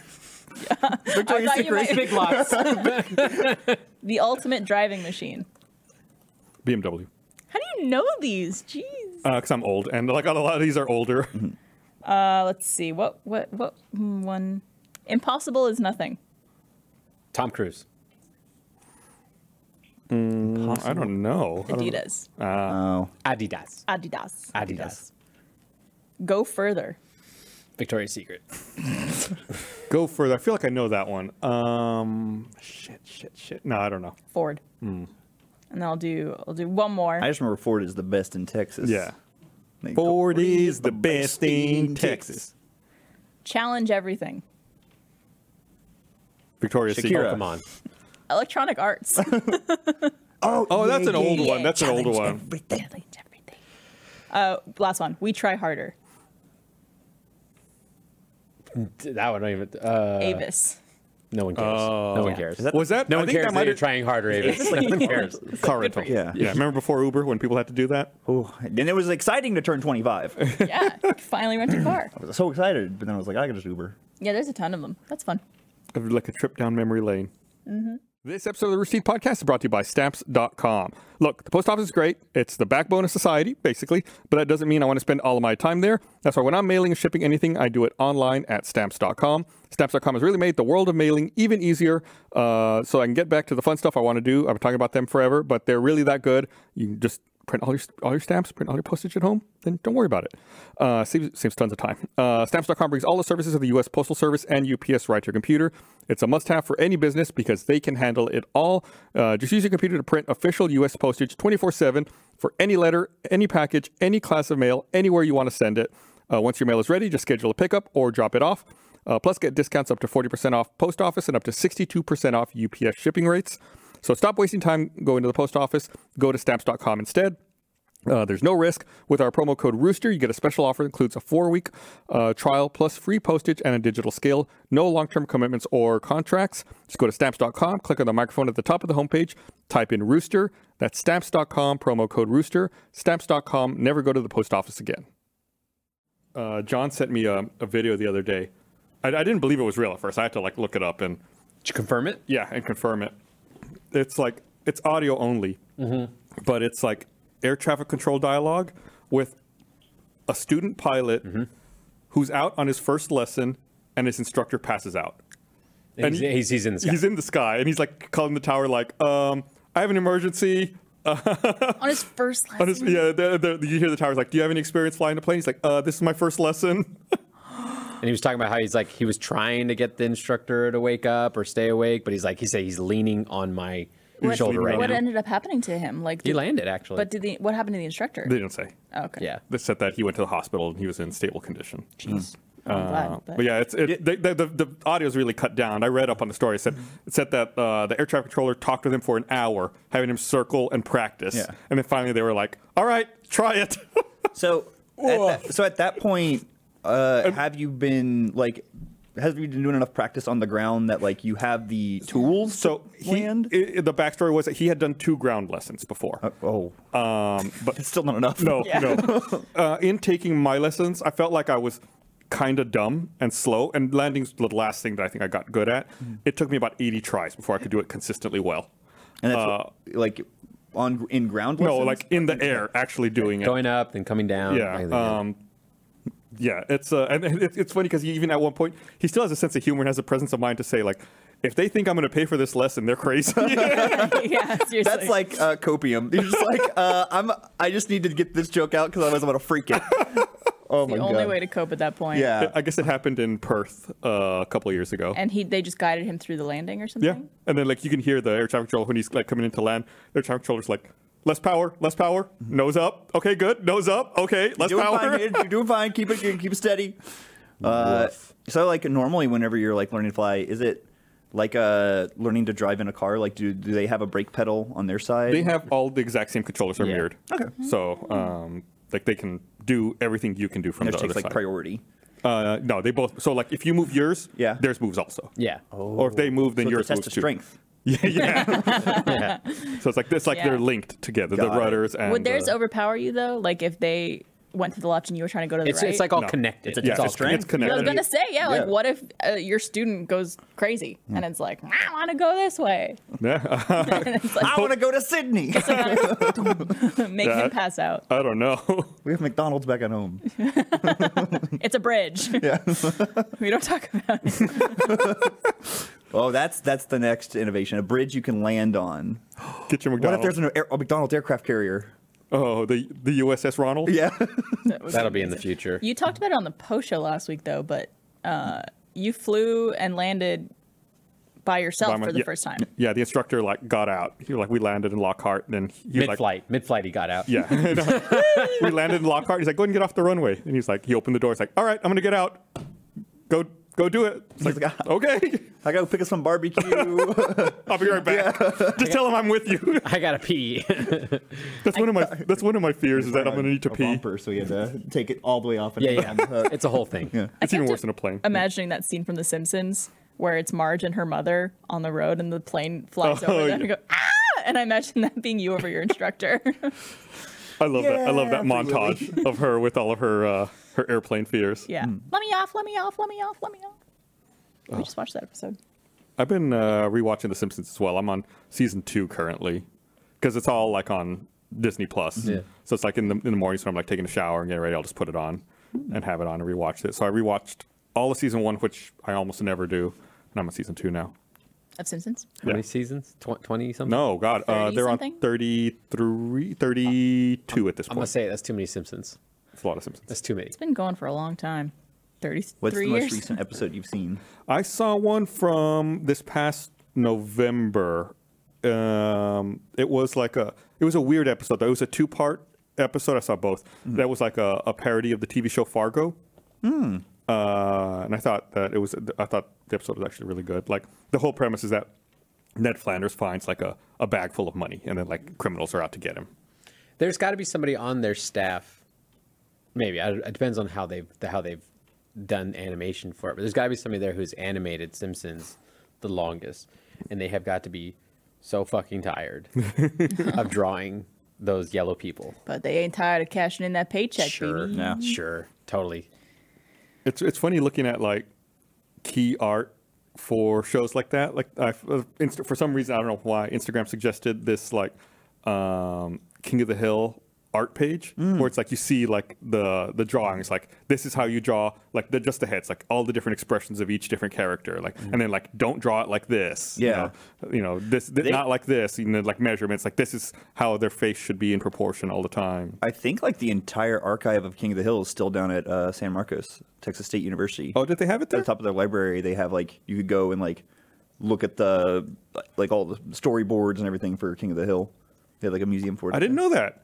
I Victoria's thought you Secret. might- Big lots. [LAUGHS] the ultimate driving machine. BMW. How do you know these? Jeez. Because Uh, I'm old, and like a lot of these are older. Uh, let's see. What what what mm, one? Impossible is nothing. Tom Cruise. I don't know. I don't- Adidas. Oh, Adidas. Adidas. Adidas. Go further. Victoria's Secret. Go further. I feel like I know that one. Um, shit, shit, shit. No, I don't know. Ford. Hmm. And then I'll do I'll do one more. I just remember Ford is the best in Texas. Yeah. They go, Ford is the best in Texas. Challenge everything. Victoria's Shakira. Secret. oh, Come on. [LAUGHS] Electronic arts. Oh, that's an old yeah, one. That's an old challenge one. Everything. Challenge everything. Uh, last one. We try harder. That one. I don't even. Uh, Avis. No one cares. no one cares. Oh. Was that? no I one think cares. that That might you're have trying harder, Avis. [LAUGHS] no one cares. car rental. for you. Yeah. Yeah. yeah. Remember before Uber when people had to do that? Ooh, and it was exciting to turn 25. Yeah. [LAUGHS] Finally rent a car. I was so excited, but then I was like, I can just Uber. Yeah, there's a ton of them. That's fun. of like a trip down memory lane. This episode of the Receipt Podcast is brought to you by Stamps.com. Look, the post office is great. It's the backbone of society, basically, but that doesn't mean I want to spend all of my time there. That's why when I'm mailing and shipping anything, I do it online at Stamps.com. Stamps.com has really made the world of mailing even easier, uh, so I can get back to the fun stuff I want to do. I've been talking about them forever, but they're really that good. You can just print all your all your stamps, print all your postage at home, then don't worry about it. Uh, saves, saves tons of time. Uh, stamps.com brings all the services of the U.S. Postal Service and UPS right to your computer. It's a must-have for any business because they can handle it all. Uh, just use your computer to print official U.S. postage 24/7 for any letter, any package, any class of mail, anywhere you want to send it. Uh, once your mail is ready, just schedule a pickup or drop it off. Uh, plus, get discounts up to 40% off post office and up to 62% off UPS shipping rates. So stop wasting time going to the post office. Go to stamps.com instead. Uh, there's no risk. With our promo code Rooster, you get a special offer that includes a four week uh, trial plus free postage and a digital scale. No long term commitments or contracts. Just go to stamps.com, click on the microphone at the top of the homepage, type in Rooster. That's stamps.com, promo code Rooster. Stamps.com, never go to the post office again. Uh, John sent me a, a video the other day. I, I didn't believe it was real at first. I had to like look it up and Did you confirm it? yeah, and confirm it. It's like it's audio only, but it's like air traffic control dialogue with a student pilot who's out on his first lesson, and his instructor passes out. He's, he's, he's in the sky. He's in the sky, and he's like calling the tower, like, um, "I have an emergency." On his first lesson. On his, yeah, the, the, you hear the tower's like, "Do you have any experience flying a plane?" He's like, "Uh, this is my first lesson." And he was talking about how he's like he was trying to get the instructor to wake up or stay awake, but he's like he said he's leaning on my What, shoulder right what now. ended up happening to him? Like he did- landed actually. But did the what happened to the instructor? They didn't say. oh, okay. yeah. They said that he went to the hospital and he was in stable condition. Jeez. I'm glad. Uh, but- but yeah, it's it, they- they- the, the audio is really cut down. I read up on the story. It said it said that uh, the air traffic controller talked with him for an hour, having him circle and practice, Yeah. and then finally they were like, "All right, try it." [LAUGHS] So, at that, so at that point, uh, have you been like, have you been doing enough practice on the ground that like you have the tools? so to he, land. i- the backstory was that he had done two ground lessons before. oh, Um, but it's still not enough. Uh, [LAUGHS] No, no. [LAUGHS] Uh, in taking my lessons, I felt like I was kind of dumb and slow, and landing's the last thing that I think I got good at. It took me about 80 tries before I could do it consistently well. and that's what, like on in ground. uh, No, lessons? like in the air, actually doing it. Going up and coming down. yeah. like, Um, yeah, it's uh, and it, it's funny because even at one point he still has a sense of humor and has a presence of mind to say like, if they think I'm going to pay for this lesson, they're [LAUGHS] crazy. [LAUGHS] yeah, seriously. That's like uh, copium. You're [LAUGHS] just like, uh, I'm. I just need to get this joke out because otherwise I'm gonna [LAUGHS] freak it. oh my the god. only way to cope at that point. yeah. I guess it happened in Perth uh, a couple of years ago. And he they just guided him through the landing or yeah, something. and then like you can hear the air traffic controller when he's like coming into land. Air traffic controller's like, less power, less power, nose up, okay, good, nose up, okay, less You're Mm-hmm. power. doing fine. man. You're doing fine. Keep it. Keep [LAUGHS] it steady. Uh, so, like, normally, whenever you're like learning to fly, is it like uh, learning to drive in a car? Like, do do they have a brake pedal on their side? They have all the exact same controllers are mirrored. Okay. So um, like they can do everything you can do from Theirs the other takes like side. priority. Uh, no, they both. So like, if you move yours, Yeah. theirs moves also. yeah. Or if they move, then so yours it's a test moves of too. strength. Yeah, [LAUGHS] yeah. yeah. so it's like this, like Yeah. they're linked together. Got the it. rudders and uh, Would theirs the- overpower you though? Like if they went to the left and you were trying to go to the It's right. it's like all No. connected. It's a- It's yeah, all it's, connected. it's connected. I was gonna say, yeah, like Yeah. what if uh, your student goes crazy and it's like, I want to go this way, [LAUGHS] [LAUGHS] Yeah, and it's like I want to go to Sydney. [LAUGHS] make Yeah. him pass out. I don't know. [LAUGHS] we have McDonald's back at home. It's a bridge. Yeah, [LAUGHS] we don't talk about it. Oh, that's that's the next innovation. A bridge you can land on. Get your What if McDonald's. there's an air, a McDonald's aircraft carrier? oh, the the USS Ronald. [LAUGHS] Yeah. That would That'll be in the amazing. future. You talked about it on the post show last week, though, but uh, you flew and landed by yourself By my- for the yeah. first time. Yeah, the instructor like got out. He like we landed in Lockhart, then he was Mid like, flight. Mid flight, he got out. [LAUGHS] yeah, [LAUGHS] No. we landed in Lockhart. He's like, go ahead and get off the runway, and he's like, he opened the door. He's like, all right, I'm gonna get out. Go, go do it. [LAUGHS] It's He's like, like, "Ah." okay, [LAUGHS] I gotta pick up some barbecue. I'll be right back. [LAUGHS] Just tell him I'm with you. I gotta [LAUGHS] pee. that's one of my that's one of my fears is that I'm gonna need to A pee. Bumper, so you had to take it all the way off. And yeah, yeah. [LAUGHS] Uh, It's a whole thing. It's even kept worse than a plane. Imagining that scene from The Simpsons where it's Marge and her mother on the road and the plane flies Oh, over them yeah. and go, ah! And I imagine that being you over your instructor. [LAUGHS] I love that. I love that Yeah, montage of her with all of her uh, her airplane fears. yeah. Let me off, let me off, let me off, let me off. We just watched that episode. I've been uh, rewatching The Simpsons as well. I'm on season two currently because it's all like on Disney Plus. Yeah. So it's like in the in the mornings when I'm like taking a shower and getting ready, I'll just put it on and have it on and rewatch it. So I rewatched all of season one, which I almost never do, and I'm on season two now. Of Simpsons. How many seasons? Tw- Twenty something. No, God, uh, 30 they're something? on 33, 32 at this I'm point. gonna say it, that's too many Simpsons. It's a lot of Simpsons. That's too many. It's been going for a long time. 33 what's the most years. recent episode you've seen? I saw one from this past November. Um, it was like a it was a weird episode though. It was a two part episode. I saw both. That was like a, a parody of the TV show Fargo. Uh, and I thought that it was I thought the episode was actually really good. Like the whole premise is that Ned Flanders finds like a, a bag full of money and then like criminals are out to get him. There's got to be somebody on their staff. Maybe I, it depends on how they've how they've done animation for it. But there's got to be somebody there who's animated Simpsons the longest, and they have got to be so fucking tired of drawing those yellow people. But they ain't tired of cashing in that paycheck, sure, baby. No. sure, totally. It's it's funny looking at like key art for shows like that. Like I, uh, Inst- for some reason I don't know why Instagram suggested this like um, King of the Hill art page Mm. where it's like you see like the the drawings like this is how you draw like the just the heads like all the different expressions of each different character like and then like don't draw it like this you Mm. Yeah. know, you know, this th- not like this you know like measurements like this is how their face should be in proportion all the time I think like the entire archive of King of the Hill is still down at uh, San Marcos, Texas State University. oh did they have it at there the top of their library, they have like you could go and like look at the like all the storyboards and everything for King of the Hill. They had like a museum for it. I didn't know that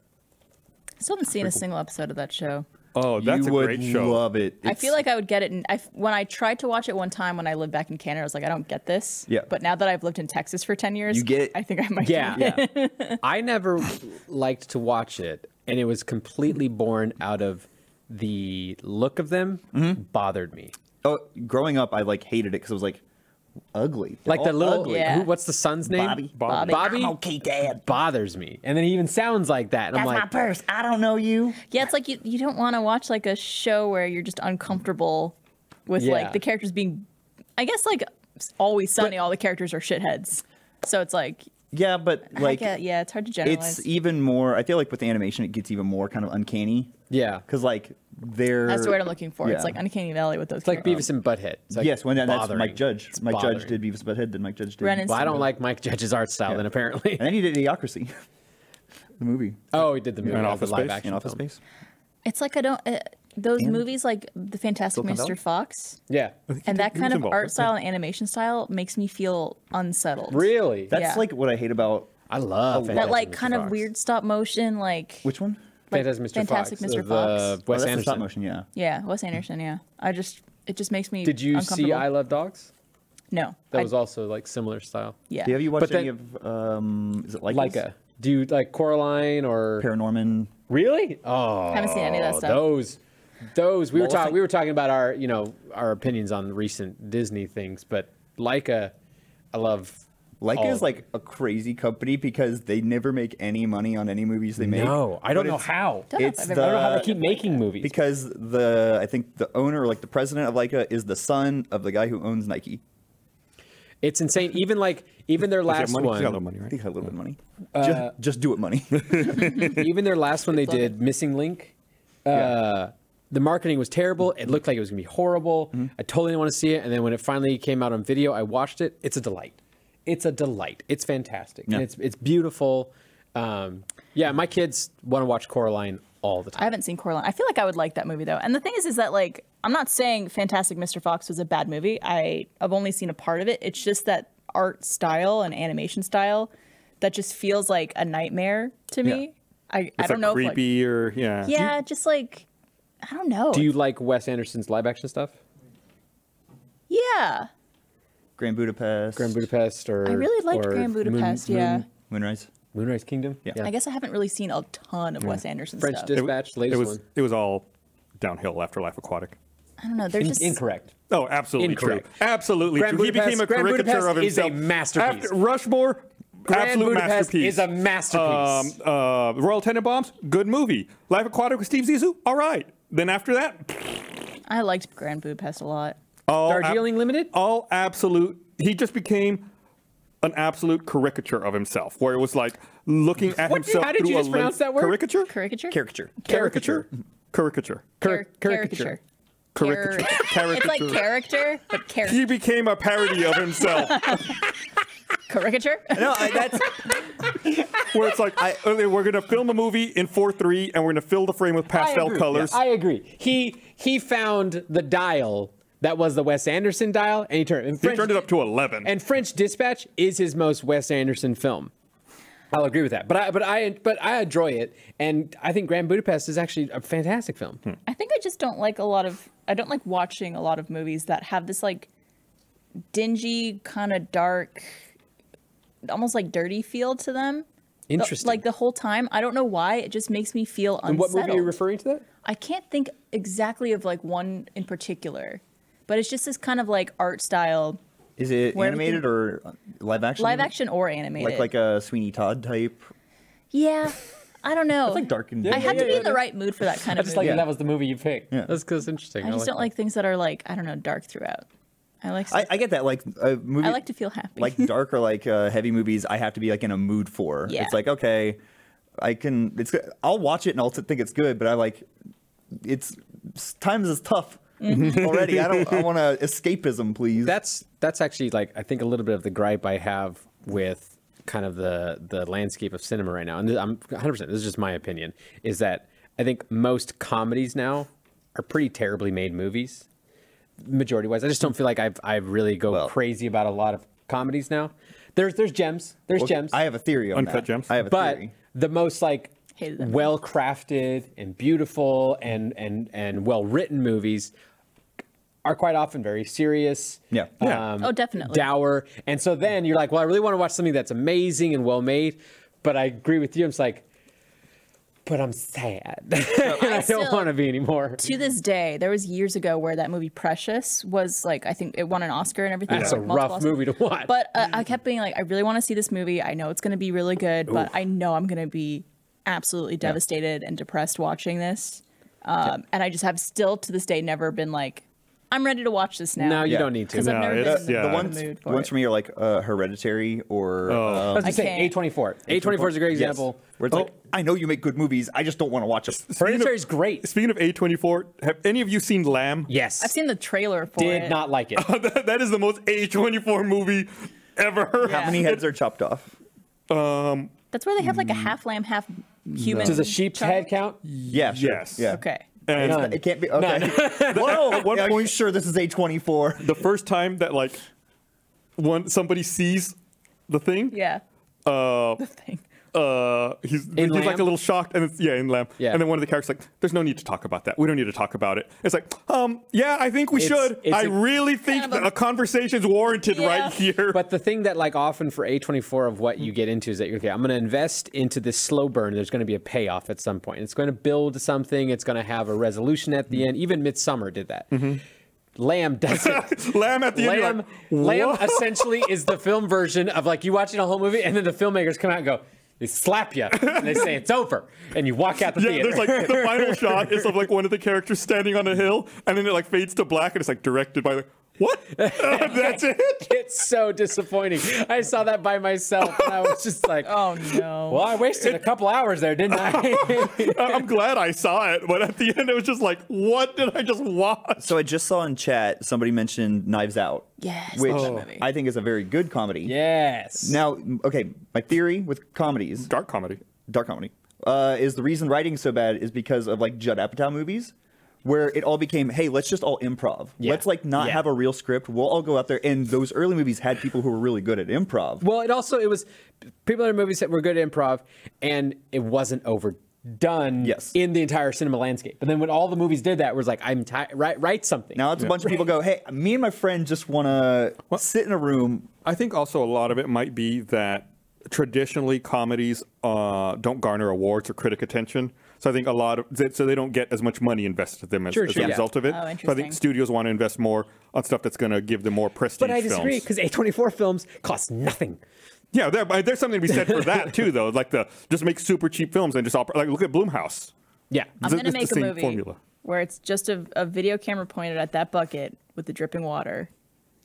Still haven't seen a single episode of that show. oh that's you a would great show love it. I feel like I would get it. In, I, when I tried to watch it one time when I lived back in Canada, I was like, I don't get this. Yeah. But now that I've lived in Texas for 10 years, You get it. I think I might [LAUGHS] Yeah. get it. yeah. I never liked to watch it, and it was completely born out of the look of them bothered me. oh, growing up, I like hated it because it was like ugly. They're Like the all little, ugly. Yeah. who, what's the son's name? Bobby. Bobby. Bobby Okay, Dad. bothers me, and then he even sounds like that. And I'm like, purse. I don't know you. Yeah, it's like you, you don't want to watch like a show where you're just uncomfortable with Yeah. like the characters being, I guess like always sunny, all the characters are shitheads. So it's like, Yeah, but like like yeah, it's hard to generalize. it's even more. I feel like with animation, it gets even more kind of uncanny yeah, because because like they're That's the word I'm looking for. It's yeah. like Uncanny Valley with those it's like characters. Beavis and Butthead. It's like yes, when that, that's bothering. Mike Judge. It's Mike bothering. Judge did Beavis and Butthead, then Mike Judge did. Ren and Well, I don't Stimbad. like Mike Judge's art style. Then [LAUGHS] apparently, and [LAUGHS] then he did Idiocracy, the movie oh, he did the movie, And the Office live Space. action in Office film. Space. It's like I don't, uh, those movies like The Fantastic Silicon Valley? Mr. Fox. Yeah, and that he kind was of involved, art yeah. style and animation style makes me feel unsettled. really. That's Yeah. like what I hate about I love That Fantastic like Mr. kind of Fox. weird stop motion, like which one? like Fantastic Mr. Fantastic Fox, Mr. of, uh, Fox. Wes oh, that's the stop Anderson. motion. Yeah. yeah, Wes Anderson. Yeah, I just it just makes me. Did you see uncomfortable. I Love Dogs? No, That I- was also like similar style. yeah. Have you But watched then- any of um? Is it like Like a do you like Coraline or Paranorman? really? Oh, haven't seen any of that stuff. those, those we were Well, I talking think- we were talking about our you know our opinions on recent Disney things, but Leica, I love Leica All is of like a crazy company because they never make any money on any movies they make. No, I don't But know it's- how. Don't know if It's I've ever- the I don't know how they keep making movies. because the I think the owner, like the president of Leica, is the son of the guy who owns Nike. it's insane. Even like even their Does he have last money? He's got a one, Uh, little money, I right? think I have a little bit of money. just, just do it, [LAUGHS] money. even their last one they did missing link uh, the marketing was terrible it looked like it was going to be horrible Mm-hmm. i totally didn't want to see it and then when it finally came out on video i watched it it's a delight it's a delight it's fantastic Yeah. and it's, it's beautiful um, yeah my kids want to watch coraline all the I time haven't seen Coraline. I feel like I would like that movie though. And the thing is, is that like I'm not saying Fantastic Mr. Fox was a bad movie. I I've only seen a part of it. It's just that art style and animation style that just feels like a nightmare to me. I I It's don't like know. If, creepy or yeah. like, yeah, just like I don't know. do you like wes anderson's live action stuff yeah, Grand Budapest, grand budapest or I really liked or Grand Moon- Budapest. Moon- yeah. Moonrise. moonrise kingdom Yeah. I guess I haven't really seen a ton of Wes Anderson french stuff. dispatch It latest was one it was all downhill after Life Aquatic. I don't know. They're In- just incorrect Oh, absolutely Incorrect. true. Absolutely Grand true. Budapest- he became a Grand caricature Budapest of is a himself. masterpiece. After Rushmore, Grand absolute Budapest masterpiece. is a masterpiece. Um, uh, Royal Tenenbaums, good movie. Life Aquatic with Steve Zissou, all right. Then after that, I liked Grand Budapest a lot. all ab- darjeeling limited all absolute. He just became an absolute caricature of himself, where it was like looking at What did- himself how did through you a just pronounce lens. that word? Caricature. Caricature. Caricature. Caricature. Caricature. Cur- caricature. Caricature. [LAUGHS] [LAUGHS] It's like character, but He caricature. became a parody of himself, Caricature. No, I, that's where it's like, okay, we're gonna film a movie in four three, and we're gonna fill the frame with I pastel agree. colors. Yeah, I agree. He he found the dial that was the Wes Anderson dial, and he turned it. And he French, turned it up to eleven. And French Dispatch is his most Wes Anderson film. I'll agree with that. But I but I but I enjoy it, and I think Grand Budapest is actually a fantastic film. [LAUGHS] Hmm. I think I just don't like a lot of. I don't like watching a lot of movies that have this like dingy, kind of dark, almost like dirty feel to them. The- Interesting. Uh, like the whole time, I don't know why. It just makes me feel unsettled. and what movie are you referring to? That I can't think exactly of like one in particular, but it's just this kind of like art style, is it Where animated or live action? live action or animated. like like a Sweeney Todd type. yeah, I don't know. It's like dark and I had to be in the right mood for that kind [LAUGHS] I of just movie. like that was the movie you picked. Yeah. That's because interesting. I just don't like things that are like I don't know dark throughout. I like I, I get that like a movie. I like to feel happy. like dark or like uh, heavy movies. I have to be like in a mood for. Yeah. It's like okay, I can. It's good. I'll watch it and I'll think it's good, but I like it's times is tough Mm-hmm. already. I don't. [LAUGHS] I want to escapism, please. that's that's actually like I think a little bit of the gripe I have with kind of the the landscape of cinema right now, and I'm 100. percent This is just my opinion. Is that I think most comedies now are pretty terribly made movies, majority wise. I just don't feel like I've I really go Well- crazy about a lot of comedies now. There's there's gems. There's Well, gems. I have a theory on Uncut that. gems. I have a but theory. the most like Hated that movie. well crafted and beautiful and and and well written movies are quite often very serious um, Yeah. Yeah. Oh, definitely. dour. And so then you're like, well, I really want to watch something that's amazing and well made, but I agree with you. I'm just like, but I'm sad. [LAUGHS] and I, don't still- want to be anymore. [LAUGHS] to this day, there was years ago where that movie Precious was like I think it won an Oscar and everything. That's like, a multiple rough Oscars. movie to watch. But uh, Mm. I kept being like, I really want to see this movie. I know it's going to be really good, but I know I'm going to be absolutely devastated and depressed watching this. Um, And I just have still to this day never been like, I'm ready to watch this now. no, you Yeah. don't need to. Because No, I've never it's- been yeah. in The the ones- mood for Ones it. for me are like uh, Hereditary or I Oh. uh, was just saying can't. A24. A24 is a great yes, example. where it's Oh. like I know you make good movies. I just don't want to watch them. [LAUGHS] Hereditary is great. Speaking of A24, have any of you seen Lamb? Yes. I've seen the trailer for Did it. not like it. [LAUGHS] that that is the most A24 movie ever. Um, Yeah. How many heads are chopped off? That's where they have like a half lamb, half human. Mm. Does a sheep's child. head count? Yeah. Sure. Yes. Yeah. Okay. And None. It can't be okay. Whoa! [LAUGHS] At one point, sure, this is a twenty-four. the first time that like one somebody sees the thing, Yeah. uh, The thing. uh, he's, he's In like Lamb? a little shocked, and it's, yeah, in Lamb. Yeah. And then one of the characters like, "There's no need to talk about that. We don't need to talk about it." It's like, um, yeah, I think we It's- should. it's I a- really think Kind of that a- a conversation's warranted Yeah. right here. But the thing that like often for A24 of what you get into is that you're okay, I'm gonna invest into this slow burn. There's gonna be a payoff at Mm-hmm. some point. It's gonna build something, it's gonna have a resolution at the end. Even Midsummer did that. Lamb [LAUGHS] does [LAUGHS] it. Lamb at the Lamb, end. You're like, Lamb "What?" essentially is the film version of like you watching a whole movie, and then the filmmakers come out and go, they slap you, and they say it's over, and you walk out [LAUGHS] the Yeah, theater. there's like the final shot is of like one of the characters standing on a hill, and then it like fades to black, and it's like directed by like [LAUGHS] what? [LAUGHS] That's it. [LAUGHS] it's so disappointing. I saw that by myself, and I was [LAUGHS] just like, Oh no. well, I wasted a couple hours there, didn't I? [LAUGHS] I- I'm glad I saw it, but at the end it was just like, what did I just watch? So I just saw in chat somebody mentioned Knives Out, yes. which love that movie. I think is a very good comedy. yes. Now, okay, my theory with comedies, Dark comedy. dark comedy, uh, is the reason writing so bad is because of like Judd Apatow movies, where it all became, hey, let's just all improv. Yeah. Let's like not Yeah. have a real script. We'll all go out there. And those early movies had people who were really good at improv. Well, it also it was people in movies that were good at improv, and it wasn't overdone Yes. in the entire cinema landscape. And then when all the movies did that, it was like I'm tired. Write, write something. Now it's a bunch of people go, hey, me and my friend just want to sit in a room. I think also a lot of it might be that traditionally comedies uh, don't garner awards or critic attention. So I think a lot of th- so they don't get as much money invested in them as, Sure, as sure, a yeah. result of it. so Oh, I think interesting. studios want to invest more on stuff that's going to give them more prestige. but I disagree films. because A24 films cost nothing. Yeah, there, but there's something to be said for that too, though. Like the just make super cheap films and just all, like look at Bloomhouse. Yeah, I'm It's- gonna it's the make a same movie formula. where it's just a, a video camera pointed at that bucket with the dripping water,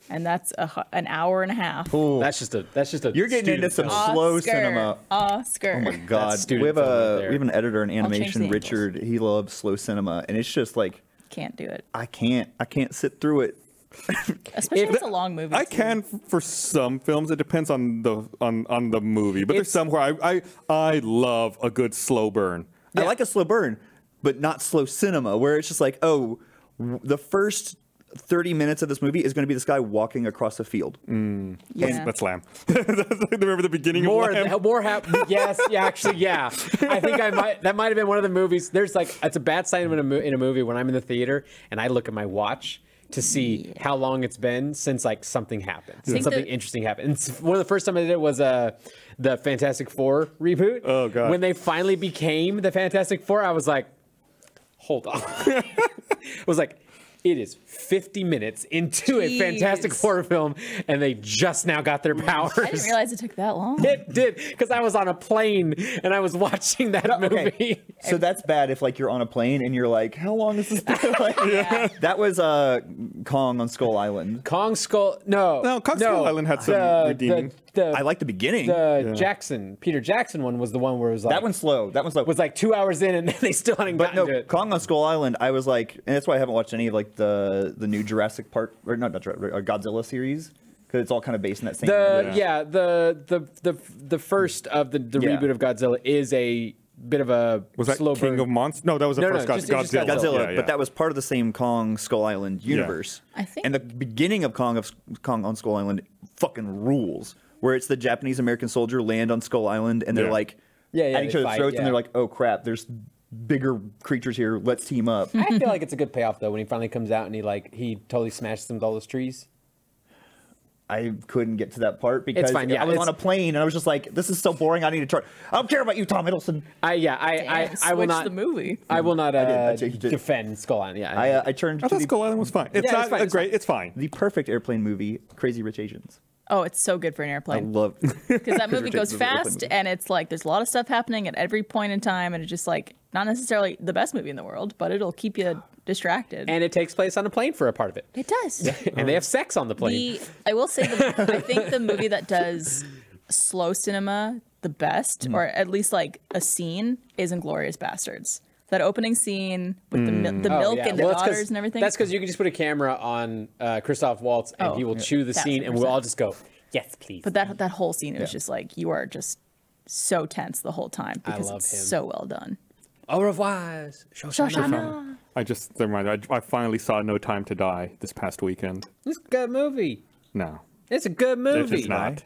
and that's a, hu- an hour and a half. that's just a that's just a. You're getting into some student film. Oscar, slow cinema. Oscar. [LAUGHS] Oh my god! We student have film right a there. we have an editor in change the animation, angles. Richard. He loves slow cinema, and it's just like Can't do it, I can't I can't sit through it. especially if it's a long movie. I too. can f- for some films. It depends on the on on the movie, but there's It's- some where I, I I love a good slow burn. I like a slow burn, but not slow cinema, where it's just like oh, w- the first. 30 minutes of this movie is going to be this guy walking across a field. Mm. Yeah. That's Lamb. [LAUGHS] Remember the beginning More, of Lamb? than- more hap- Yes, yeah, actually, yeah. I think I might. That might have been one of the movies. There's like, it's a bad sign when a mo- in a movie when I'm in the theater and I look at my watch to see how long it's been since like something happened, since Think something the- interesting happened. And s- one of the first time I did it was uh, the Fantastic Four reboot. Oh, God. When they finally became the Fantastic Four, I was like, hold on. [LAUGHS] I was like. It is 50 minutes into a Fantastic Jeez. Four film, and they just now got their powers. I didn't realize it took that long. It did because I was on a plane and I was watching that movie. [LAUGHS] So that's bad if like you're on a plane and you're like, how long is this? been?" like, That was uh, Kong on Skull Island. Kong Skull. No, No, Kong Skull Island had some redeeming. The, the, I like the beginning. the Jackson Peter Jackson one was the one where it was like that one's slow. That one's slow. was like two hours in and [LAUGHS] they still hadn't But gotten to no, it. Kong on Skull Island, I was like, and that's why I haven't watched any of like the the new Jurassic Park or not, not Jurassic, uh, Godzilla series because it's all kind of based in that same. the Yeah. yeah. the the the the first of the, the Yeah. reboot of Godzilla is a bit of a was that slow King burn. of Monsters? No, that was the No, no, first God- just- just Godzilla. Godzilla. Godzilla, Yeah, yeah. Oh, but that was part of the same Kong Skull Island universe. I think- And the beginning of Kong of Kong on Skull Island fucking rules, where it's the Japanese American soldier land on Skull Island and they're Yeah. like Yeah, yeah, at each they other's fight, throats yeah. and they're like, oh crap, there's bigger creatures here. Let's team up. I feel like it's a good payoff though when he finally comes out and he like he totally smashes them with all those trees. I couldn't get to that part because fine, yeah, I was it's- on a plane and I was just like, this is so boring. I need to charge. I don't care about you, Tom Hiddleston. I yeah I Damn, I, I will switched not the movie. I will not uh, did, I changed it. defend Skull Island. Yeah, I, uh, I turned I to thought the, Skull Island was fine. It's Yeah, not it's fine, a it's great. fine. It's fine. the perfect airplane movie, Crazy Rich Asians. Oh, it's so good for an I [LAUGHS] airplane love. because that movie Richardson's goes an airplane fast movie. and it's like there's a lot of stuff happening at every point in time, and it's just like not necessarily the best movie in the world, but it'll keep you distracted. and it takes place on a plane for a part of it. [LAUGHS] it does. And they have sex on the plane. The, I will say, the, I think the movie that does slow cinema the best, Hmm. or at least like a scene, is Inglorious Bastards. That opening scene with the, mil- the Oh, milk yeah. and the Well, that's 'cause- daughters and everything. That's because you can just put a camera on uh, Christoph Waltz and Oh, he will yeah. chew the scene and we'll all just go, yes, please. But that that whole scene, it was Yeah. just like you are just so tense the whole time because love it's him. so well done. Au revoir. Shoshana. Shoshana. I just never mind. I, I finally saw No Time to Die this past weekend. It's a good movie. No, It's a it's good movie. just not.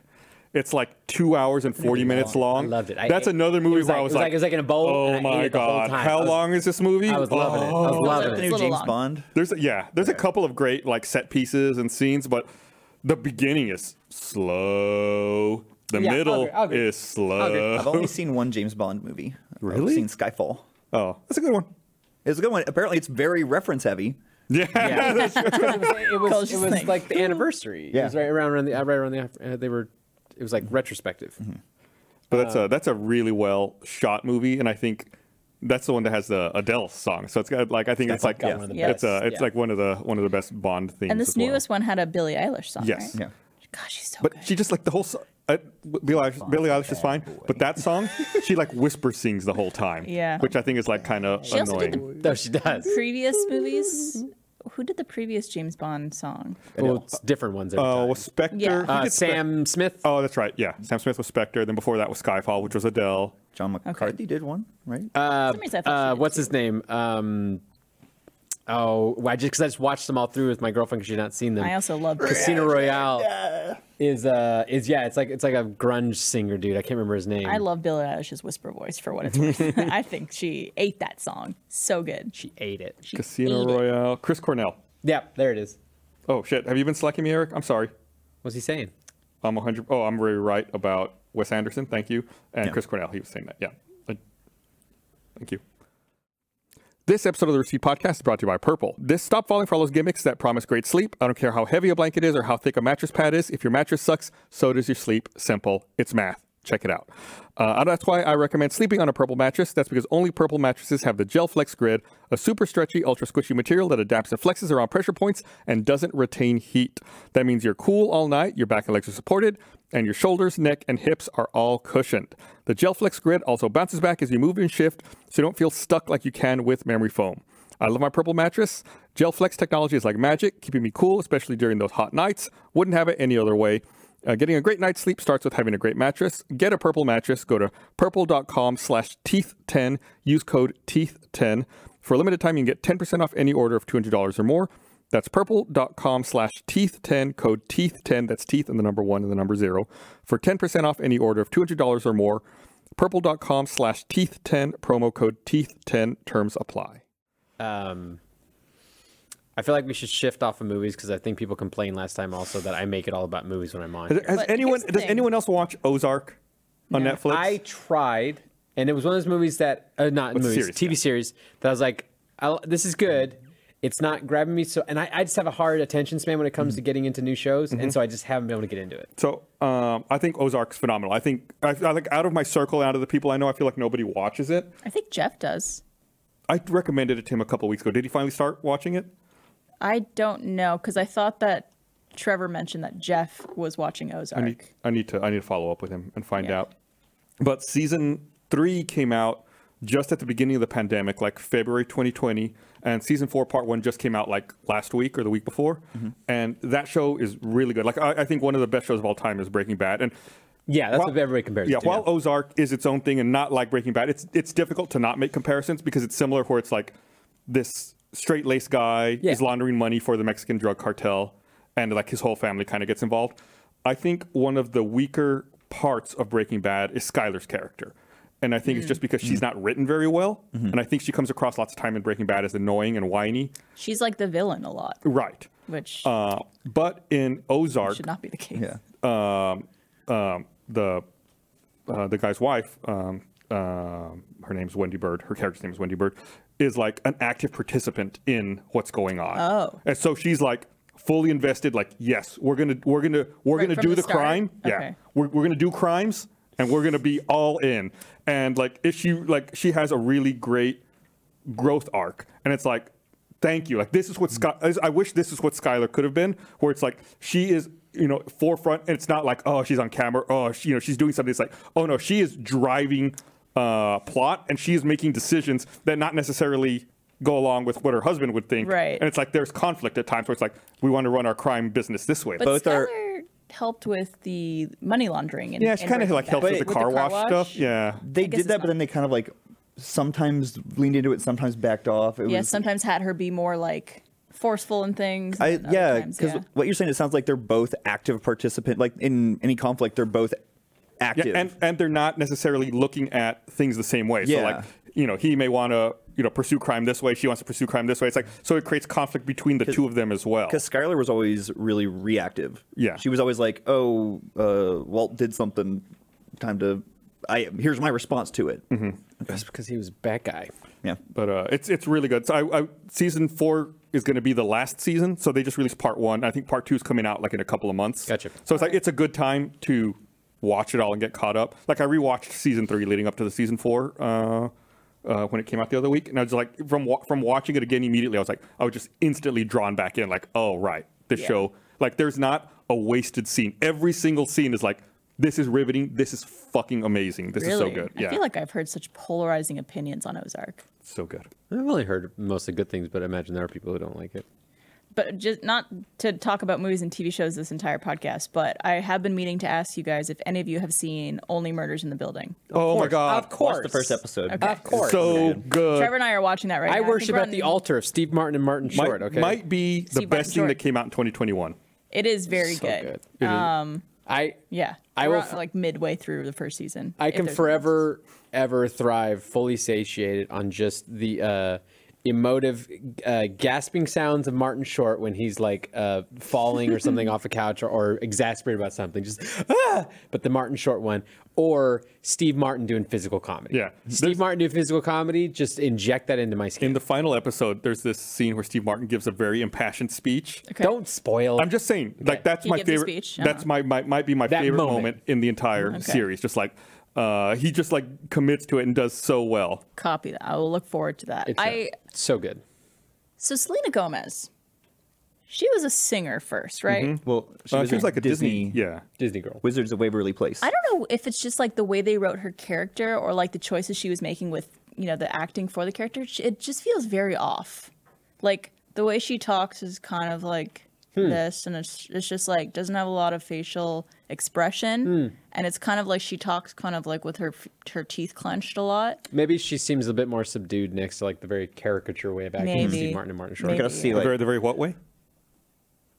It's like two hours and forty minutes long. I loved it. I That's ate- another it movie was where like- I it was was like- like, it was like in a bowl, Oh and I ate my it the whole god! time. How I was- long is this movie? I was loving it. I was Oh. loving It's The a it. new [LAUGHS] little James long. Bond. There's a, yeah, there's a couple of great like set pieces and scenes, but the beginning is slow. The Yeah, I'll middle agree, I'll agree. is slow. agree. I've only seen one James Bond movie. Really? I've seen Skyfall. Oh, that's a good one. It's a good one. Apparently, it's very reference heavy. Yeah. Yeah. that's true. it was, it was, Coach it was thing. like the anniversary. It was Yeah. right around, around the right around the uh, they were. It was like retrospective. Mm-hmm. But that's Um, a that's a really well shot movie, and I think that's the one that has the Adele song. So it's got like I think it's like got one of the it's best, a it's yeah. like one of the one of the best Bond themes. And this as well. newest one had a Billie Eilish song. Yes. Right? Yeah. God, she's so But good. she just like the whole. So- uh, Billie Eilish, Billie Eilish is fine, but that song, she like whisper sings the whole time. Yeah. Which I think is like kind of She also did the- annoying. No, she does. previous movies. Who did the previous James Bond song? Well, it's different ones. Every Oh, time. well, Spectre. Yeah. who uh, did Spec- Sam Smith. Oh, that's right. Yeah. Sam Smith was Spectre. Then before that was Skyfall, which was Adele. John McCarthy did one, right? For some reason, I thought she uh, did what's too. his name? Um, oh, well, I just because I just watched them all through with my girlfriend because she'd not seen them. I also love Casino Royale is uh is yeah it's like it's like a grunge singer dude I can't remember his name I love Billie Eilish's whisper voice for what it's [LAUGHS] worth. [LAUGHS] I think she ate that song. So good. she ate it She Casino ate it. Royale. Chris Cornell. yeah there it is Oh shit. Have you been slacking me, Eric? I'm sorry. what's he saying I'm 100. Oh, I'm very right about Wes Anderson. Thank you. And Chris Cornell. He was saying that. Yeah. Uh, Thank you. This episode of the Receipt Podcast is brought to you by Purple. This Stop Falling for All Those Gimmicks that promise great sleep. I don't care how heavy a blanket is or how thick a mattress pad is. If your mattress sucks, so does your sleep. Simple. It's math. Check it out. Uh, and that's why I recommend sleeping on a purple mattress. That's because only purple mattresses have the Gel Flex Grid, a super stretchy, ultra squishy material that adapts and flexes around pressure points and doesn't retain heat. That means you're cool all night, your back and legs are supported, and your shoulders, neck, and hips are all cushioned. The GelFlex grid also bounces back as you move and shift, so you don't feel stuck like you can with memory foam. I love my purple mattress. GelFlex technology is like magic, keeping me cool, especially during those hot nights. Wouldn't have it any other way. Uh, getting a great night's sleep starts with having a great mattress. Get a purple mattress. Go to purple.com slash teeth10. Use code teeth10. For a limited time, you can get 10% off any order of $200 or more. That's purple.com slash teeth10, code teeth10. That's teeth and the number one and the number zero. For 10% off any order of $200 or more, purple.com slash teeth10, promo code teeth10, terms apply. um I feel like we should shift off of movies because I think people complained last time also that I make it all about movies when I'm on. Has, here. has But anyone, here's the does thing. anyone else watch Ozark on Netflix? I tried, and it was one of those movies that uh, not What's the movies, series? TV Yeah. series that I was like, i "This is good." It's not grabbing me so, and I, I just have a hard attention span when it comes to getting into new shows, and so I just haven't been able to get into it. So um, I think Ozark's phenomenal. I think I, I like out of my circle, out of the people I know, I feel like nobody watches it. I think Jeff does. I recommended it to him a couple weeks ago. Did he finally start watching it? I don't know because I thought that Trevor mentioned that Jeff was watching Ozark. I need, I need to I need to follow up with him and find Yeah. out. But season three came out just at the beginning of the pandemic, like February 2020, and season four, part one, just came out like last week or the week before, and that show is really good. Like I, I think one of the best shows of all time is Breaking Bad, and Yeah, that's what everybody compares it Yeah, to, while yeah. Ozark is its own thing and not like Breaking Bad, it's it's difficult to not make comparisons because it's similar where it's like this straight laced guy Yeah. is laundering money for the Mexican drug cartel and like his whole family kind of gets involved. I think one of the weaker parts of Breaking Bad is Skyler's character. And I think it's Mm. just because she's not written very well. Mm-hmm. And I think she comes across lots of time in Breaking Bad as annoying and whiny. She's like the villain a lot, Right. which Uh, but in Ozark, should not be the case. yeah. um, um, the uh, the guy's wife, um, um her name's Wendy Bird. Her character's name is Wendy Bird. Is like an active participant in what's going on. Oh. and so she's like fully invested. Like, yes, we're gonna we're gonna we're Right gonna from do the the, start? crime. Yeah, Okay. we're we're gonna do crimes, and we're gonna be all in. And like, if she like she has a really great growth arc and it's like thank you like this is what Sky- I- i wish this is what skylar could have been where it's like she is you know forefront and it's not like oh she's on camera oh she, you know she's doing something it's like oh no she is driving uh plot and she is making decisions that not necessarily go along with what her husband would think Right. and it's like there's conflict at times where it's like we want to run our crime business this way But Both are- Skylar helped with the money laundering. And yeah she kind of like helps helped with the car, wash, stuff yeah They guess did it's that, but then they kind of like sometimes leaned into it, sometimes backed off. It Yeah, was sometimes had her be more like forceful in things. I, and other yeah, times, because yeah. what you're saying, it sounds like they're both active participant. Like in any conflict, they're both active. Yeah, and and they're not necessarily looking at things the same way. So Yeah. like, you know, he may want to, you know, pursue crime this way, she wants to pursue crime this way. It's like so it creates conflict between the two of them as well. because Skylar was always really reactive. Yeah. she was always like, "Oh, uh, Walt did something. Time to, I here's my response to it." Mm-hmm. That's because he was a bad guy. Yeah, But uh, it's it's really good. So I, I season 4 is going to be the last season, so they just released part one. I think part two is coming out like in a couple of months. Gotcha. So it's like it's a good time to watch it all and get caught up. Like I rewatched season three leading up to the season four uh, uh, when it came out the other week, and I was like, from wa- from watching it again immediately, I was like, I was just instantly drawn back in. Like, oh right, this Yeah. show. Like, there's not a wasted scene. Every single scene is like, this is riveting. This is fucking amazing. This Really? is so good. Yeah, I feel like I've heard such polarizing opinions on Ozark. so good. I've only heard mostly good things, but I imagine there are people who don't like it. but just not to talk about movies and TV shows this entire podcast, but I have been meaning to ask you guys if any of you have seen Only Murders in the Building. Uh, Oh my god. Of course. Watch the first episode. Of course. So good. Trevor and I are watching that right now. I think worship we're at on- the altar of Steve Martin and Martin might, Short. okay, might be the Steve Martin best thing that Short. came out in 2021. It is very So good. good. Um, I Yeah, I we're will on, f- like midway through the first season. I if can there's- forever, ever thrive, fully satiated on just the uh, emotive, uh, gasping sounds of Martin Short when he's like uh, falling [LAUGHS] or something off a couch or, or exasperated about something. Just ah! But the Martin Short one, or Steve Martin doing physical comedy. Yeah. Steve There's- Martin doing physical comedy. Just inject that into my skin. In the final episode, there's this scene where Steve Martin gives a very impassioned speech. Okay. Don't spoil. I'm just saying, like that's He my gives a favorite. speech, That's uh-huh. my, my might be my That favorite moment. moment. in the entire series. Just like uh, he just like commits to it and does so well. copy that. I will look forward to that. It's, uh, I so good. so Selena Gomez, she was a singer first, right? Mm-hmm. Well, she Uh, was, she was in like a Disney. Yeah. Disney girl. Wizards of Waverly Place. I don't know if it's just like the way they wrote her character or like the choices she was making with, you know, the acting for the character. Sh- It just feels very off. Like the way she talks is kind of like Hmm. this, and it's, it's just like doesn't have a lot of facial expression. Hmm. And it's kind of like she talks kind of like with her f- her teeth clenched a lot. Maybe she seems a bit more subdued next to like the very caricature way of acting of Maybe. Steve Martin and Martin Short. Maybe. gotta see The like very the very what way?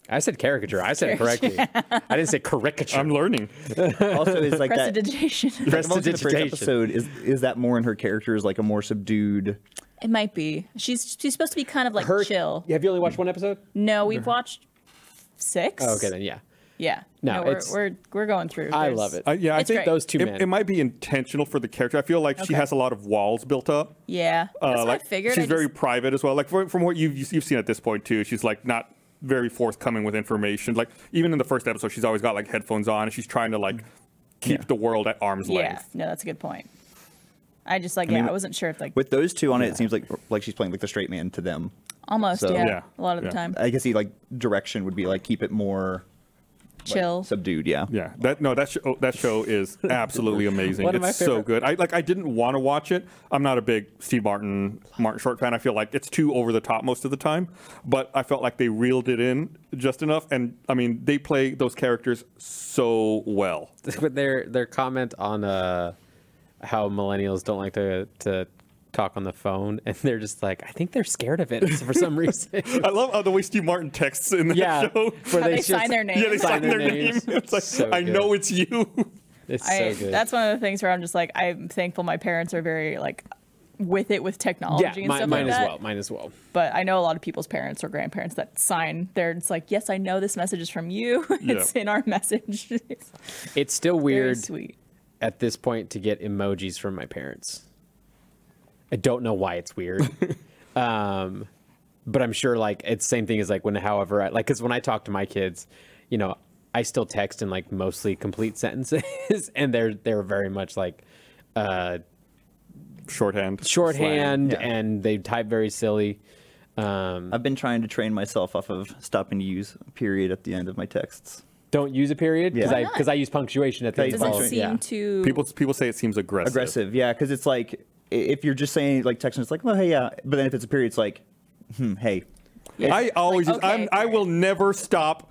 I said caricature. I said it [LAUGHS] correctly. I didn't say caricature. I'm learning. also is like that. [LAUGHS] Prestidigitation. Most of the first Prestidigitation. episode is is that more in her character is like a more subdued. it might be. She's she's supposed to be kind of like Her- [LAUGHS] chill. Have you only watched one episode? No, we've watched six. Oh, okay, then yeah. Yeah. No, we're, it's- we're we're going through. I There's- love it. Uh, yeah, I It's think great. Those two it, men. it might be intentional for the character. I feel like she Okay. has a lot of walls built up. Yeah, that's what Uh, like I figured. she's I very just- private as well. Like from, from what you've you've seen at this point too, she's like not very forthcoming with information. Like even in the first episode, she's always got like headphones on and she's trying to like keep the world at arm's yeah. length. No, that's a good point. I just like yeah, I wasn't sure if like With those two on it, it seems like like she's playing like the straight man to them. almost so- yeah, Yeah. a lot of Yeah. the time I guess he like direction would be like keep it more chill. subdued. Yeah. Yeah, that no, that show oh, that [LAUGHS] show is absolutely amazing. One of my it's so favorite- good. I like. I didn't want to watch it. I'm not a big Steve Martin Martin Short fan. I feel like it's too over the top most of the time. But I felt like they reeled it in just enough. And I mean, they play those characters so well. [LAUGHS] But their their comment on uh, how millennials don't like to to talk on the phone, and they're just like, I think they're scared of it for [LAUGHS] some reason. I love how the way Steve Martin texts in that yeah, show. [LAUGHS] where How they sign their Yeah, they names. sign their name. It's like So I good. know it's you. [LAUGHS] It's I, so good. That's one of the things where I'm just like I'm thankful my parents are very like with it with technology yeah, and mi- stuff mine like as that. well. Mine as well. But I know a lot of people's parents or grandparents that sign. They're just like, yes, I know this message is from you. [LAUGHS] it's Yeah. in our message. It's It's still Very weird sweet. at this point to get emojis from my parents. I don't know why it's [LAUGHS] weird. um, but I'm sure like it's same thing as like when however I like cuz when I talk to my kids, you know, I still text in like mostly complete sentences [LAUGHS] and they're they're very much like uh Shorthand. shorthand yeah. and they type very silly. Um I've been trying to train myself off of stopping to use period at the end of my texts. don't use a period cuz Yeah. I Why not? cuz I use punctuation at the Yeah, end you of Doesn't all. Well, seem Yeah. too People people say it seems aggressive. Aggressive, yeah, because it's like i- if you're just saying like texting, it's like, well, hey, yeah, but then if it's a period, it's like, hmm, hey, Yeah. I always Like, use, I'm, okay, I right. will never stop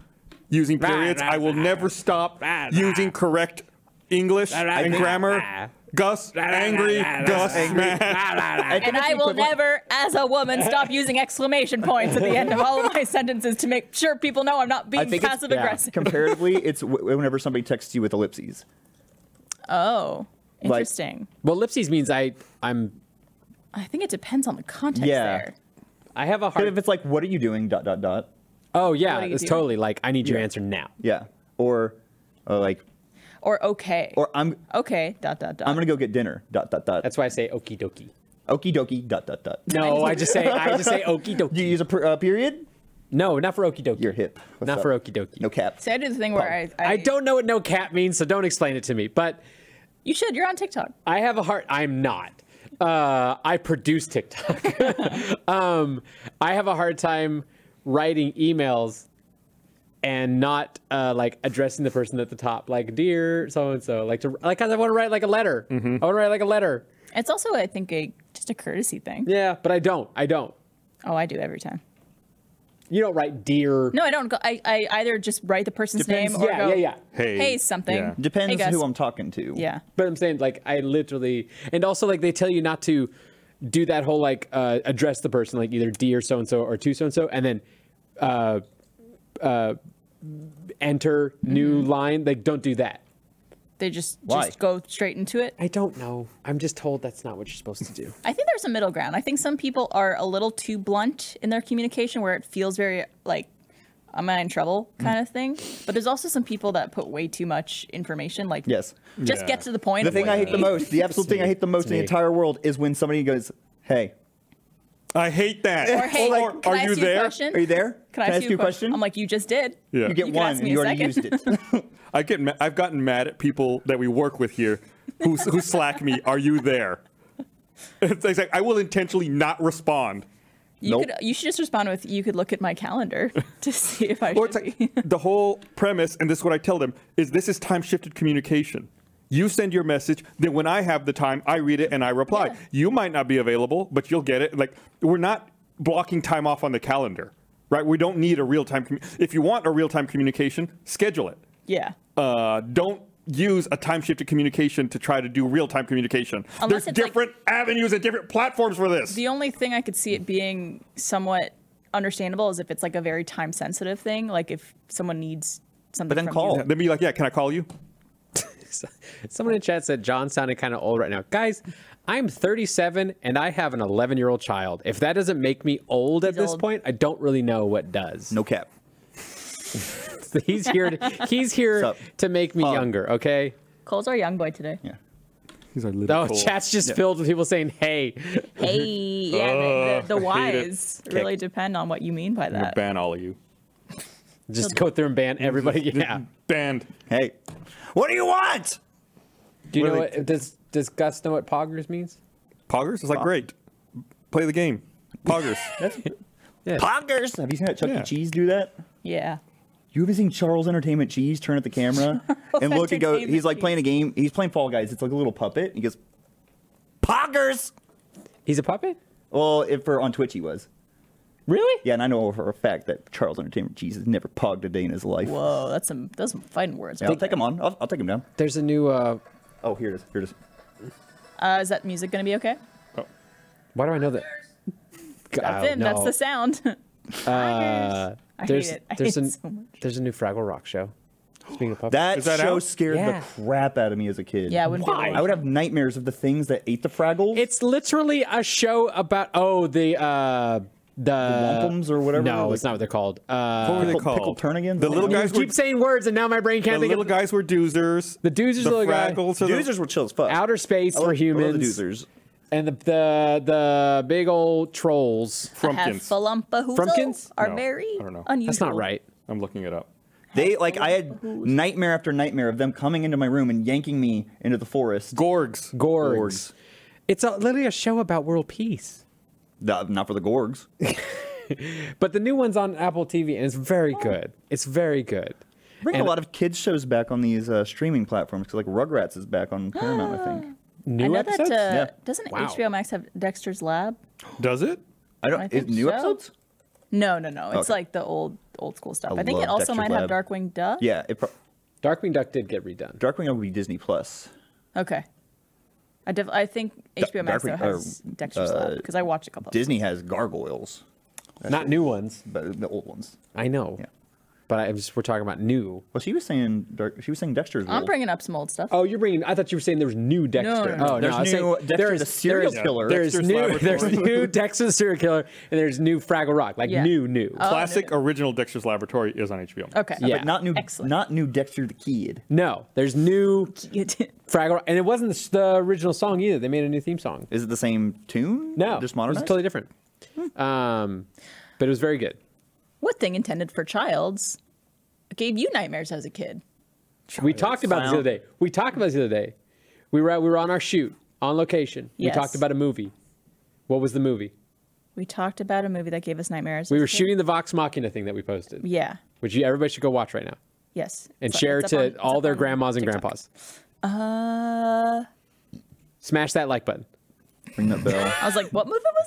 using periods. I will never stop using correct English and grammar. Gus angry, Gus mad. Ah, And I will never, as a woman, stop using exclamation points at the end of all of my sentences to make sure people know I'm not being think it's- passive yeah. aggressive. comparatively, it's w- whenever somebody texts you with ellipses. Oh, interesting. Well, ellipses means I I'm I think it depends on the context Yeah. there. I have a But hard if it's like, what are you doing? Dot dot dot. Oh What yeah, do you it's do? totally like I need your answer now. Yeah. Or, or like, Or okay. or I'm okay. Dot dot dot. I'm gonna go get dinner. Dot dot dot. That's why I say okie dokie. Okie dokie. Dot dot dot. [LAUGHS] No, I just say I just say okie Do you dokie. use a per, uh, period? No, not for okie dokie. You're hip. What's Not up? for okie dokie. No cap. See, I do the thing where I, I Oh, I don't know what no cap means, so don't explain it to me. But You should. You're on TikTok. I have a heart. I'm not. Uh, I produce TikTok. [LAUGHS] um, I have a hard time writing emails and not uh, like addressing the person at the top, like dear so and so. Like to like 'cause I want to write like a letter. Mm-hmm. I want to write like a letter. It's also, I think, a just a courtesy thing. Yeah, but I don't. I don't. Oh, I do every time. You don't write dear. No, I don't. Go, I, I either just write the person's Depends- name or yeah, go, yeah, yeah. Hey. hey, something. Yeah. Hey, Depends Gus. who I'm talking to. Yeah. But I'm saying like I literally, and also like they tell you not to do that whole like uh, address the person like either dear so and so or to so and so, and then uh, uh, uh, enter new line. Like don't do that. They just Why? just go straight into it. I don't know. I'm just told that's not what you're supposed to do. I think there's a middle ground. I think some people are a little too blunt in their communication where it feels very like, am I in trouble Mm. kind of thing. But there's also some people that put way too much information. Like, Yes. just Yeah. get to the point. The thing I hate the most, the absolute thing I hate the most in the me. entire world is when somebody goes, "Hey, I hate that. [LAUGHS] Or, [LAUGHS] hey, Or, can are I you ask you a there? question? are you there? Can, I ask you a question? I'm like, you just did. Yeah. you get you can one, ask and me you a already used second. it. [LAUGHS] I get. Ma- I've gotten mad at people that we work with here, who who slack me. Are you there? It's like I will intentionally not respond. You Nope. could you should just respond with you could look at my calendar [LAUGHS] to see if I Or should it's like be. [LAUGHS] the whole premise, and this is what I tell them is this is time shifted communication. You send your message, then when I have the time, I read it and I reply. Yeah. You might not be available, but you'll get it. Like we're not blocking time off on the calendar, right? We don't need a real time. Commu- if you want a real time communication, schedule it. yeah. Uh, don't use a time shifted communication to try to do real time communication. Unless There's it's like- different avenues and different platforms for this. The only thing I could see it being somewhat understandable is if it's like a very time sensitive thing, like if someone needs something. But then from call. You. then Oh. be like, yeah, can I call you? [LAUGHS] Someone in chat said John sounded kind of old right now. Guys, I'm 37 and I have an 11 year old child. If that doesn't make me old at He's this old. point, I don't really know what does. No cap. [LAUGHS] He's here. To, he's here Sup? to make me younger. Okay. Cole's our young boy today. Yeah. He's our little. Oh, chat's just filled with people saying, "Hey, Hey, yeah, the, the, the I hate it. whys really depend on what you mean by I'm gonna that. ban all of you. just go through and [LAUGHS] ban everybody." Yeah. Banned. Hey, what do you want? Do you What know are they- what does does Gus know what poggers means? Poggers? It's like, great. Play the game. Poggers. Poggers. Have you seen that Chuck Yeah. E. Cheese do that? Yeah. You ever seen Charles Entertainment Cheese turn at the [LAUGHS] camera and look and go? Entertainment He's like playing a game. He's playing Fall Guys. It's like a little puppet. He goes, "Poggers." He's a puppet. Well, if for on Twitch he was. Really? Yeah, and I know for a fact that Charles Entertainment Cheese has never pogged a day in his life. Whoa, that's some those are some fun words. Yeah, I'll take him on. I'll, I'll take him down. There's a new. uh Oh, here it is. Here it is. Uh, is that music gonna be okay? Why do I know that? Oh, That's in. That's the sound. [LAUGHS] Uh, I there's hate it. I there's hate a it so much. there's a new Fraggle Rock show. Speaking of puppets, That, Is that show out? scared Yeah. the crap out of me as a kid. Yeah, I wouldn't be able to Why? watch I would have nightmares of the things that ate the Fraggles. It's literally a show about oh the uh the, Wampums or whatever, uh, No, like- it's not what they're called. what Uh, were they Pickle- called? pickle turnigans? The little You guys keep were saying words and now my brain the can't think little of guys were doozers. The doozers the are the guy- fraggles are Doozers were chill as fuck. outer space I love- for I love the humans Doozers. and the, the the big old trolls. the frumpkins. Heffalumpa Frumpkins? are No, very I don't know. That's not unusual. That's not right. I'm looking it up. They like I had nightmare after nightmare of them coming into my room and yanking me into the forest. Gorgs. Gorgs. It's a, literally a show about world peace. Nah, not for [LAUGHS] the Gorgs. But the new one's on Apple TV and it's very Oh. good. It's very good. Bring a And- lot of kids shows back on these uh, streaming platforms because like Rugrats is back on Paramount, [GASPS] I think. New I know episodes? that uh, Yeah. doesn't Wow. HBO Max have Dexter's Lab? Does it? I don't. I is think new so. episodes? No, no, no. It's Okay. like the old old school stuff. I I, think it love also Dexter's might have Lab. Darkwing Duck. Yeah, it pro- Darkwing Duck did get redone. Darkwing will be Disney Plus. Okay. I def- I think HBO Max though Darkwing- has or, uh, Dexter's Lab because I watched a couple. of Disney has gargoyles, Not new ones. but the old ones. I know. Yeah. but I'm just we're talking about new. Well, she was saying Dar- she was saying Dexter's. I'm rule. bringing up some old stuff. Oh, you're bringing. I thought you were saying there was new no, Dexter. no. Oh, There's no, I was new saying Dexter there is- the serial there is- killer. There's Dexter's new. Laboratory. There's new Dexter serial killer, and there's new Fraggle Rock, like Yeah. new, new. Uh, Classic original Dexter's Laboratory is on HBO. Okay. [LAUGHS] Yeah. But not new. Excellent. Not new Dexter the Kid. No, there's new You did- Fraggle, Rock, and it wasn't the, s- the original song either. They made a new theme song. Is it the same tune? No, Just it was modernized. Hmm. totally different. Um, but it was very good. What thing intended for childs gave you nightmares as a kid? We talked about this the Clown. other day. We talked about this the other day. We were at, we were on our shoot on location. Yes. We talked about a movie. What was the movie? We talked about a movie that gave us nightmares. We as a were kid. shooting the Vox Machina thing that we posted, Yeah. which you, everybody should go watch right now Yes. and It's up- share it it's up on- to it's all up their on grandmas and TikTok. grandpas. Uh, Smash that like button. Ring that [LAUGHS] bell. I was like, what movie was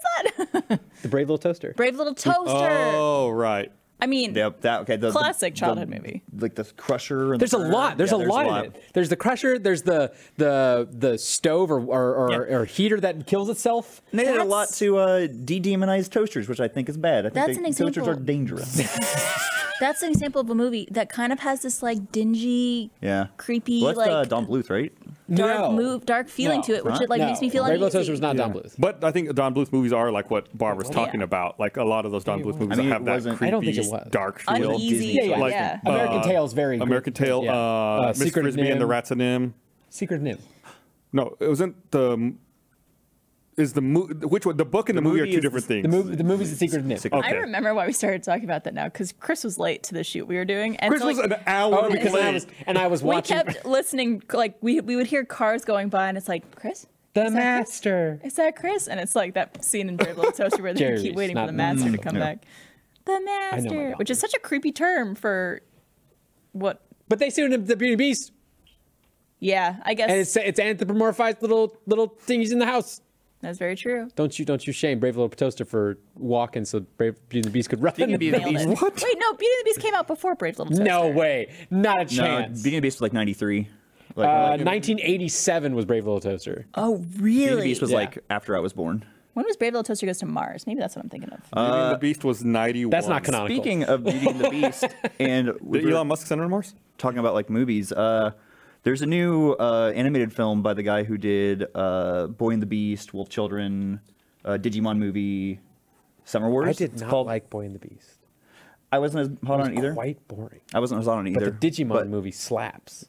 that? [LAUGHS] The Brave Little Toaster. Brave Little Toaster. Oh right. I mean, Yep, that okay. The the- Classic the- childhood movie. Like the Crusher. And There's a the lot. There's Uh, Yeah, a lot in it. There's the crusher. There's the the the stove or or, or, Yeah. or heater that kills itself. And they did a lot That's- to uh, de-demonize toasters, which I think is bad. I think That's they, an toasters are example. [LAUGHS] dangerous. that's an example of a movie that kind of has this like dingy, yeah, creepy, Well, that's like uh, Don Bluth, right? dark No. move, dark feeling No. to it, which Huh? it like makes me feel Brave Little uneasy. Toaster was not Don Bluth. But I think Don Bluth movies are like what Barbara's talking about. Like a lot of those Don Bluth movies mean, that have it that wasn't- creepy, I don't think it was. dark feel. uneasy. Disney, yeah, like, yeah. uh, American Tale is very American good. Tale, Yeah. uh, Uh, Miss Secret of Frisbee and the Nim. Rats and Nim. Secret Nim. No, it wasn't the. Is the mo- which one? The book and the, movie, movie are two is different the- things. The movie. The movie's the Secret of Nim. Secret- Okay. I remember why we started talking about that now because Chris was late to the shoot we were doing. And Chris so, like, was an hour Oh, because I late. was and I was we watching. kept listening, like we we would hear cars going by, and it's like Chris. the Is that Chris? Master. Is that Chris? And it's like that scene in Brave Little Toaster where they Jerry's, keep waiting for not- the Mm. master to come no. back. The master, God. which is such a creepy term for what? But they sued him the Beauty and Beast, Yeah, I guess and it's it's anthropomorphized little little thingies in the house. that's very true. Don't you don't you shame Brave Little Toaster for walking so Brave Beauty and the Beast could run. Beauty and the Nailed it. Wait, no, Beauty and the Beast came out before Brave Little Toaster. [LAUGHS] No way. Not a No, chance. Beauty and the Beast was like '93. Like, Uh, like, 1987 was Brave Little Toaster. Oh, Beauty and the really? Beast was Yeah. like after I was born. When was Brave Little Toaster Goes to Mars? Maybe that's what I'm thinking of. Oh. Beauty and the Beast was ninety one. Uh, That's not canonical. Speaking of Beauty [LAUGHS] and the Beast, and we Did were Elon Musk send remorse? talking about like movies. Uh, there's a new uh, animated film by the guy who did uh, Boy and the Beast, Wolf Children, uh, Digimon movie, Summer Wars. I did It's not called- like Boy and the Beast. I wasn't as hot on it either. Quite boring. I wasn't as hot on it either. But the Digimon but- movie [LAUGHS] slaps.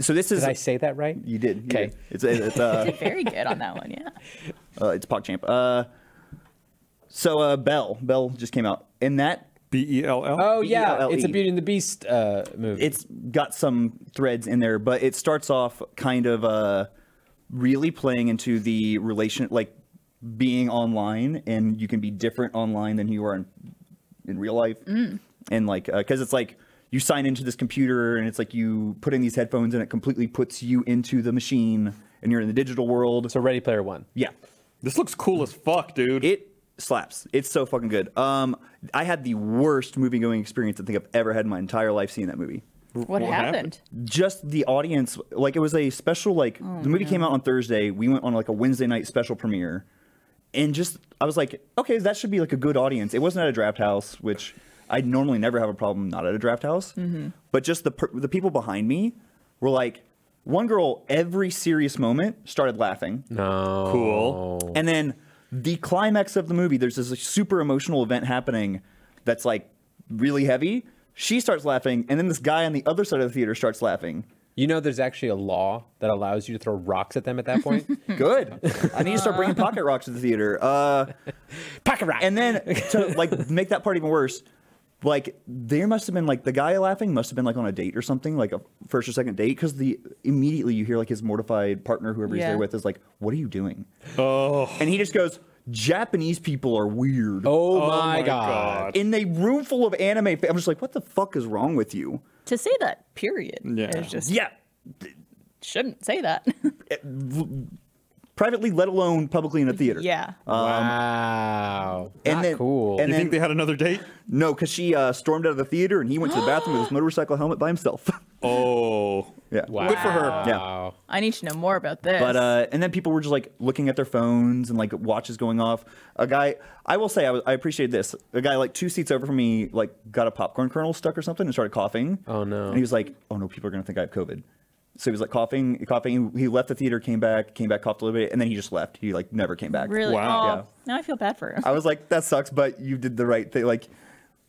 So this is Did I say that right? You did. you Okay. did. It's it's uh, [LAUGHS] Very good on that [LAUGHS] one, yeah. uh it's PogChamp. Uh so uh Bell. Bell just came out. And that B E L L. Oh yeah, it's a B-E-L-L-E. Beauty and the Beast uh, movie. it's got some threads in there, but it starts off kind of uh really playing into the relation like being online and you can be different online than you are in, in real life. And like because it's like you sign into this computer and it's like you put in these headphones and it completely puts you into the machine and you're in the digital world. so Ready Player One. yeah. This looks cool as fuck, dude. It slaps. It's so fucking good. Um, I had the worst movie going experience I think I've ever had in my entire life seeing that movie. What, happened? happened? Just the audience, like it was a special. Like the movie came out on Thursday. We went on like a Wednesday night special premiere, and just I was like, okay, that should be like a good audience. It wasn't at a draft house, which I normally never have a problem not at a draft house, but just the per- the people behind me were like. One girl, every serious moment, started laughing. cool. And then the climax of the movie, there's this like, super emotional event happening that's like really heavy. She starts laughing, and then this guy on the other side of the theater starts laughing. You know, there's actually a law that allows you to throw rocks at them at that [LAUGHS] point. Hmm. Good. [LAUGHS] I need to start bringing pocket rocks to the theater. Uh, Pocket rock. and then to like make that part even worse, like there must have been like the guy laughing must have been like on a date or something, like a first or second date, because the immediately you hear like his mortified partner, whoever he's Yeah. there with, is like, "What are you doing?" Oh. And he just goes, "Japanese people are weird." oh, Oh my god. in a room full of anime. fa- I'm just like, what the fuck is wrong with you? To say that, period. Yeah. It's just, Yeah, shouldn't say that. [LAUGHS] privately, let alone publicly in a theater. yeah. Wow. and Not then- cool. and You then- think they had another date? [GASPS] No, because she uh, stormed out of the theater and he went to the bathroom with his motorcycle helmet by himself. Oh, [LAUGHS] Yeah. Wow. Good for her. Yeah. I need to know more about this. But uh, and then people were just like looking at their phones and like watches going off. A guy, I will say, I, was, I appreciated this. A guy like two seats over from me, like got a popcorn kernel stuck or something and started coughing. Oh, no. And he was like, "Oh no, people are gonna think I have COVID." So he was like coughing, coughing. He left the theater, came back, came back, coughed a little bit, and then he just left. He like never came back. really, Wow. wow. Yeah. now I feel bad for him. I was like, "That sucks," but you did the right thing. Like,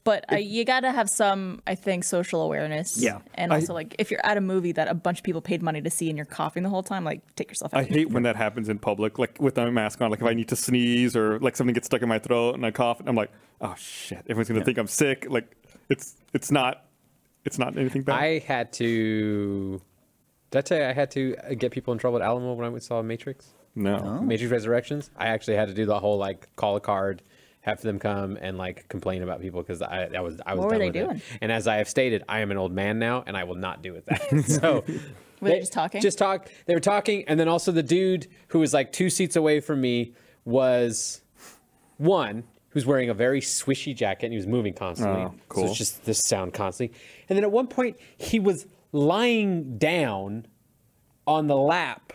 but I, you gotta have some, I think, social awareness. Yeah. and also like if you're at a movie that a bunch of people paid money to see and you're coughing the whole time, like take yourself out. I hate when that happens in public, like with my mask on. Like if I need to sneeze or like something gets stuck in my throat and I cough, and I'm like, oh shit, everyone's gonna think I'm sick. Like it's it's not it's not anything bad. I had to. Did I tell you I had to uh, get people in trouble at Alamo when I went and saw Matrix? no. Matrix Resurrections. I actually had to do the whole like call a card, have them come and like complain about people because I, I was I was What were done they with it. doing? And as I have stated, I am an old man now, and I will not do with that. [LAUGHS] so Were they just talking? Just talk. They were talking, and then also the dude who was like two seats away from me was one who's wearing a very swishy jacket and he was moving constantly. Oh, So cool. it's just this sound constantly. And then at one point he was lying down on the lap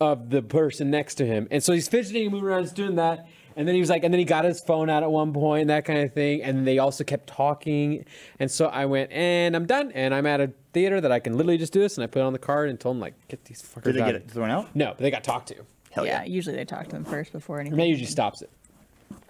of the person next to him. And so he's fidgeting and moving around, he's doing that. And then he was like, and then he got his phone out at one point, that kind of thing. And they also kept talking. And so I went, and I'm done. And I'm at a theater that I can literally just do this. And I put it on the card and told him, like, get these fuckers did they out. get it thrown out? No, but they got talked to. Hell yeah. Usually they talk to them first before anything. That usually stops it.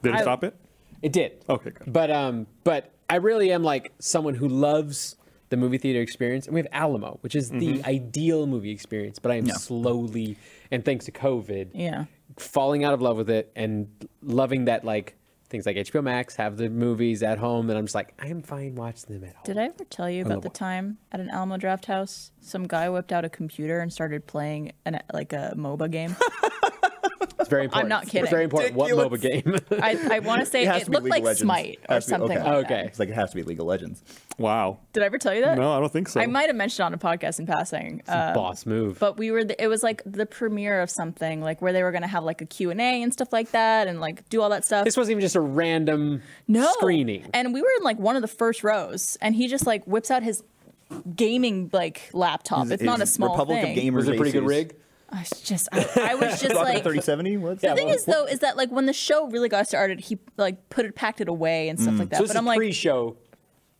Did it I- stop it? It did. Okay, good. But um, but I really am like someone who loves the movie theater experience, and we have Alamo, which is Mm-hmm. the ideal movie experience. But I am slowly, and thanks to COVID, Yeah. falling out of love with it and loving that like things like HBO Max have the movies at home, and I'm just like I'm fine watching them at home. Did I ever tell you about the time at an Alamo Draft House, some guy whipped out a computer and started playing an like a [LAUGHS] MOBA game? It's very important. not kidding. It's very important. What MOBA game? [LAUGHS] I, I want to say It has it to be looked League like of Legends. Smite It or has to be- something. okay. like that. Okay. It's like it has to be League of Legends. Wow. Did I ever tell you that? No, I don't think so. I might have mentioned it on a podcast in passing. Um, Boss move. but we were the, it was like the premiere of something like where they were going to have like a q&a and stuff like that and like do all that stuff this wasn't even just a random no screening. and we were in like one of the first rows and he just like whips out his gaming like laptop it's not a Is small Republic thing of Gamers was it a pretty good Aces. rig? i was just i, [LAUGHS] I was just Glock like 3070? What's the thing is though is that like when the show really got started he like put it packed it away and stuff like that Mm. So this but is i'm like pre-show.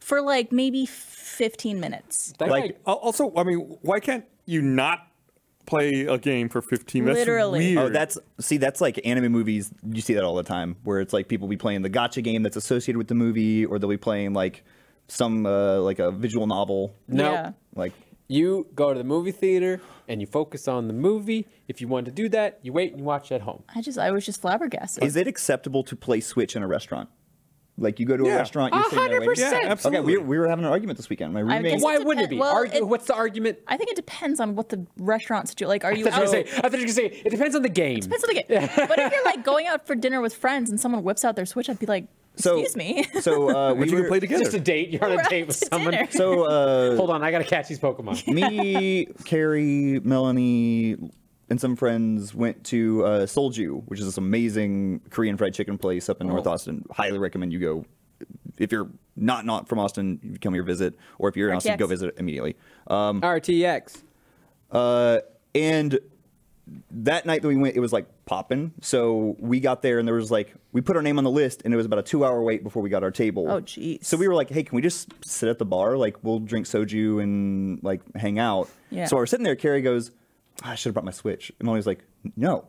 for like maybe 15 minutes That Like- guy- Al- also, I mean, why can't you not play a game for 15 minutes? Literally. Oh, that's see, that's like anime movies. You see that all the time, where it's like people be playing the gotcha game that's associated with the movie, or they'll be playing like some uh, like a visual novel. No. yeah Like You go to the movie theater and you focus on the movie. If you want to do that, you wait and you watch at home. i just i was just flabbergasted is it acceptable to play Switch in a restaurant? Like you go to a Yeah. restaurant, you're sitting there waiting. 100%. Yeah, Okay, we, absolutely. we were having an argument this weekend. My I roommate. guess- Why it wouldn't it be? depend- well, Argu- it- what's the argument? I think it depends on what the restaurants do. Like, are you That's out? what I was gonna say. I thought you were gonna say it depends on the game. Depends on the [LAUGHS] game. but if you're like going out for dinner with friends and someone whips out their Switch, I'd be like, so, excuse me. So [LAUGHS] uh, we you were, can play together. Just a date. You're on We're [LAUGHS] a out date with [LAUGHS] to someone. dinner. So uh, Hold on, I gotta catch these [LAUGHS] Pokemon. me, Carrie, Melanie, and some friends went to uh, Solju, which is this amazing Korean fried chicken place up in North Austin. Highly recommend you go. If you're not not from Austin, you come here visit, or if you're in Austin, RTX. go visit immediately. RTX. Uh, and that night that we went, it was like popping. So we got there, and there was like we put our name on the list, and it was about a two-hour wait before we got our table. Oh, jeez. So we were like, "Hey, can we just sit at the bar? Like, we'll drink soju and like hang out." Yeah. So while we're sitting there. Carrie goes, "Ah, "I should have brought my Switch." And Molly's like, "No."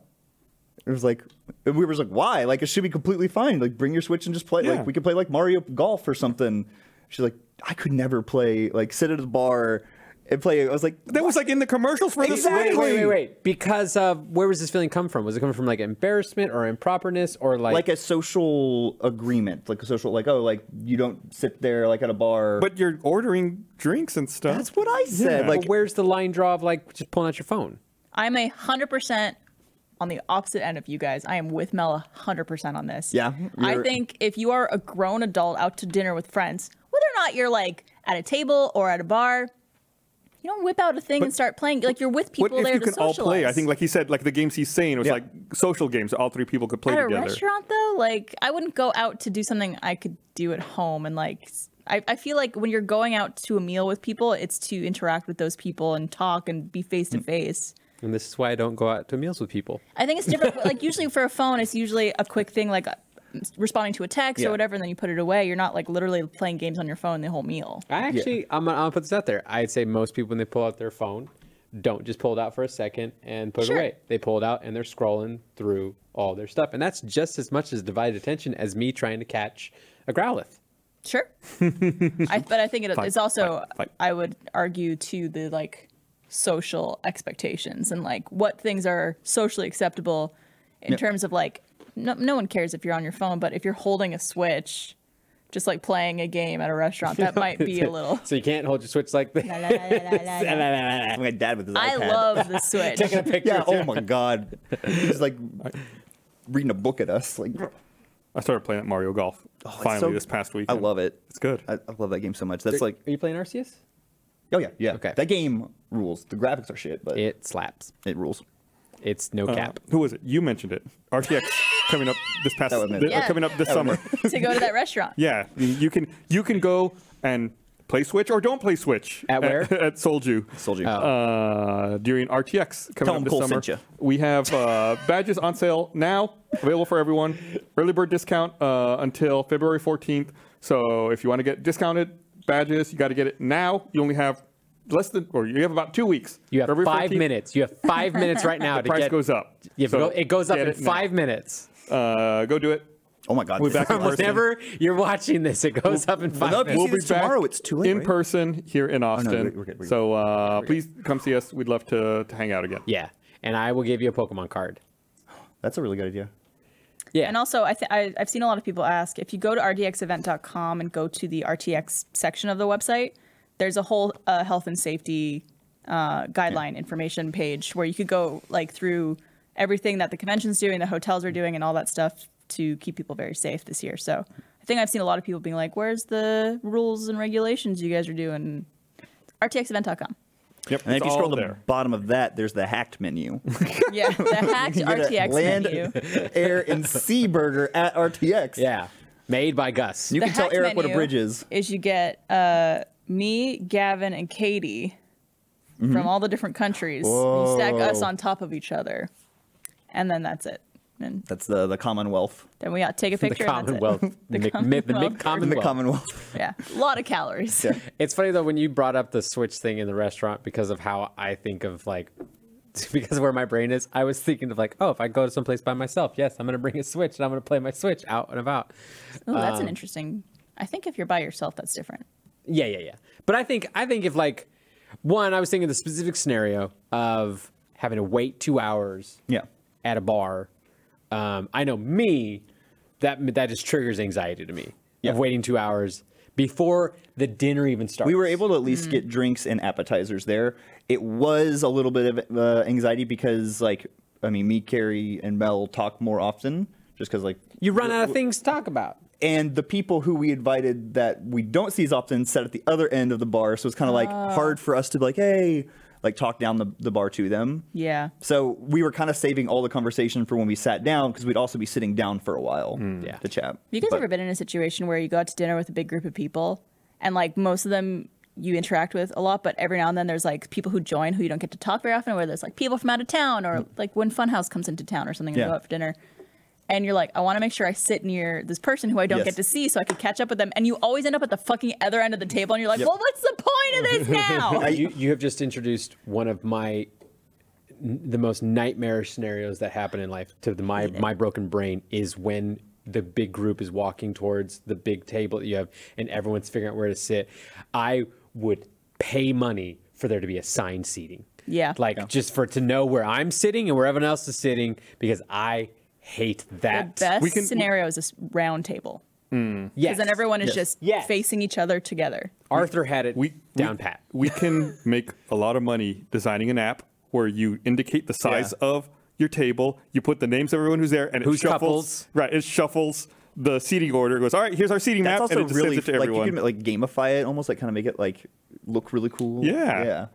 It was like and we were just like, "Why? Like, it should be completely fine. Like, bring your Switch and just play. Yeah. Like, we could play like Mario Golf or something." She's like, "I could never play like sit at a bar." And play. I was like, that was like in the commercials for the Wait, Switch. wait, wait, wait. Because of where was this feeling come from? Was it coming from like embarrassment or improperness or like? like a social agreement, like a social, like oh, like you don't sit there like at a bar. But you're ordering drinks and stuff. that's what I said. Yeah. Like where's the line draw of like just pulling out your phone? I'm a hundred percent on the opposite end of you guys. I am with Mel a hundred percent on this. Yeah, I you're- think if you are a grown adult out to dinner with friends, whether or not you're like at a table or at a bar, you don't whip out a thing and start playing. Like you're with people What if there you to can all socialize. play? I think, like he said, like the games he's saying, it was Yeah. like social games. All three people could play at a together. restaurant though, like I wouldn't go out to do something I could do at home and like s- I, I feel like when you're going out to a meal with people, it's to interact with those people and talk and be face to Mm. face. And this is why I don't go out to meals with people. I think it's different. like usually for a phone, it's usually a quick thing like uh, responding to a text Yeah. or whatever, and then you put it away. You're not like literally playing games on your phone the whole meal. I actually, I'm, gonna, I'm gonna put this out there. I'd say most people when they pull out their phone, don't just pull it out for a second and put Sure. it away. They pull it out and they're scrolling through all their stuff, and that's just as much as divided attention as me trying to catch a growlith. Sure. [LAUGHS] I, but I think it, it's also, fight, fight. I would argue, to the like social expectations and like what things are socially acceptable in terms of like, no, no one cares if you're on your phone, but if you're holding a Switch, just like playing a game at a restaurant, [LAUGHS] that might be a little. [LAUGHS] So you can't hold your switch like this. La, [LAUGHS] la, [LAUGHS] la, la, la, la, la. my dad with his I iPad. love the Switch. Yeah. Oh my god. He's like reading a book at us. Like I started playing at Mario Golf Oh, it's finally so- this past week. I love it. It's good. I, I love that game so much. That's like Are you playing Arceus? oh yeah yeah. Okay. That game rules. The graphics are shit, but it, It slaps. rules. It's no cap. Who was it? You mentioned it. RTX coming up this past That was me. thi- Yeah. coming up this summer. to go to that restaurant. yeah, you can you can go and play Switch or don't play Switch At [LAUGHS] where? at, Solju. Soldier. Uh, during RTX coming Tell 'em up this Cole summer, sent ya. we have uh, badges on sale now, available for everyone. Early bird discount uh, until February 14th. So if you want to get discounted badges, you got to get it now. You only have less than, or you have about two weeks. You have February five 14th, minutes. You have [LAUGHS] five minutes right now. The to price get, goes up. Yeah, So go- it goes up get in it now. five minutes. Uh, go do it. oh my god. we're this is [LAUGHS] back in awesome. person. [LAUGHS] Whenever you're watching this, it goes up in five no, minutes. See, this tomorrow, it's too late, in right? Oh, person here in Austin. we're- we're good, we're so uh, please come see us. We'd love to, to hang out again. Yeah, and I will give you a Pokemon card. That's a really good idea. Yeah, And also, I th- I, I've seen a lot of people ask if you go to rdxevent.com and go to the RTX section of the website, there's a whole uh, health and safety uh, guideline information page where you could go like through everything that the convention's doing, the hotels are doing, and all that stuff to keep people very safe this year. So I think I've seen a lot of people being like, "Where's the rules and regulations you guys are doing?" RTXevent.com. Yep. And it's if you scroll all to the there. bottom of that, there's the hacked menu. Yeah, [LAUGHS] the hacked You get a RTX land, menu. air, and sea burger at RTX. yeah. Made by Gus. You The can tell hacked Eric what a menu bridge is. Is you get uh, me, Gavin, and Katie Mm-hmm. from all the different countries. You stack us Whoa. on top of each other, and then that's it. And That's the the Commonwealth. then we got to take a the picture. and that's it. Commonwealth. [LAUGHS] the Mc, Commonwealth. The Commonwealth. Mc- Commonwealth. The Commonwealth. [LAUGHS] Yeah, a lot of calories. [LAUGHS] Yeah. It's funny though when you brought up the Switch thing in the restaurant because of how I think of like [LAUGHS] because of where my brain is. I was thinking of like, oh, if I go to someplace by myself, yes, I'm gonna bring a Switch and I'm gonna play my Switch out and about. Ooh, Oh, that's Um, an interesting. I think if you're by yourself, that's different. Yeah, yeah, yeah. But I think I think if like one, I was thinking the specific scenario of having to wait two hours Yeah. at a bar. Um, I know me, that that just triggers anxiety to me Yeah. of waiting two hours before the dinner even starts. We were able to at least Hmm. get drinks and appetizers there. It was a little bit of uh, anxiety because, like, I mean, me, Carrie, and Mel talk more often just because, like, You run out of things to talk about. and the people who we invited that we don't see as often sat at the other end of the bar. So it's kind of like Oh. hard for us to be like, hey, like talk down the, the bar to them. Yeah. So we were kind of saving all the conversation for when we sat down because we'd also be sitting down for a while Yeah. to chat. Have you guys But ever been in a situation where you go out to dinner with a big group of people and like most of them you interact with a lot, but every now and then there's like people who join who you don't get to talk very often, where there's like people from out of town or like when Funhouse comes into town or something and Yeah. you go out for dinner. And you're like, I want to make sure I sit near this person who I don't Yes. get to see so I could catch up with them. And you always end up at the fucking other end of the table and you're like, well, what's the point of this [LAUGHS] now? you, you have just introduced one of my n- the most nightmarish scenarios that happen in life to the, my my broken brain is when the big group is walking towards the big table that you have and everyone's figuring out where to sit i would pay money for there to be assigned seating Yeah. like just for to know where i'm sitting and where everyone else is sitting because i hate the that best We can- scenario is this round table. yes Because then everyone is just Yes. facing each other together. arthur had it we we, down pat We can [LAUGHS] make a lot of money designing an app where you indicate the size of your table, you put the names of everyone who's there, and it Who's shuffles. couples. Right, it shuffles the seating order. It goes, all right, here's our seating That's map, also and it just really sends it to like everyone. you can like gamify it, almost like kind of make it like look really cool. Yeah. yeah.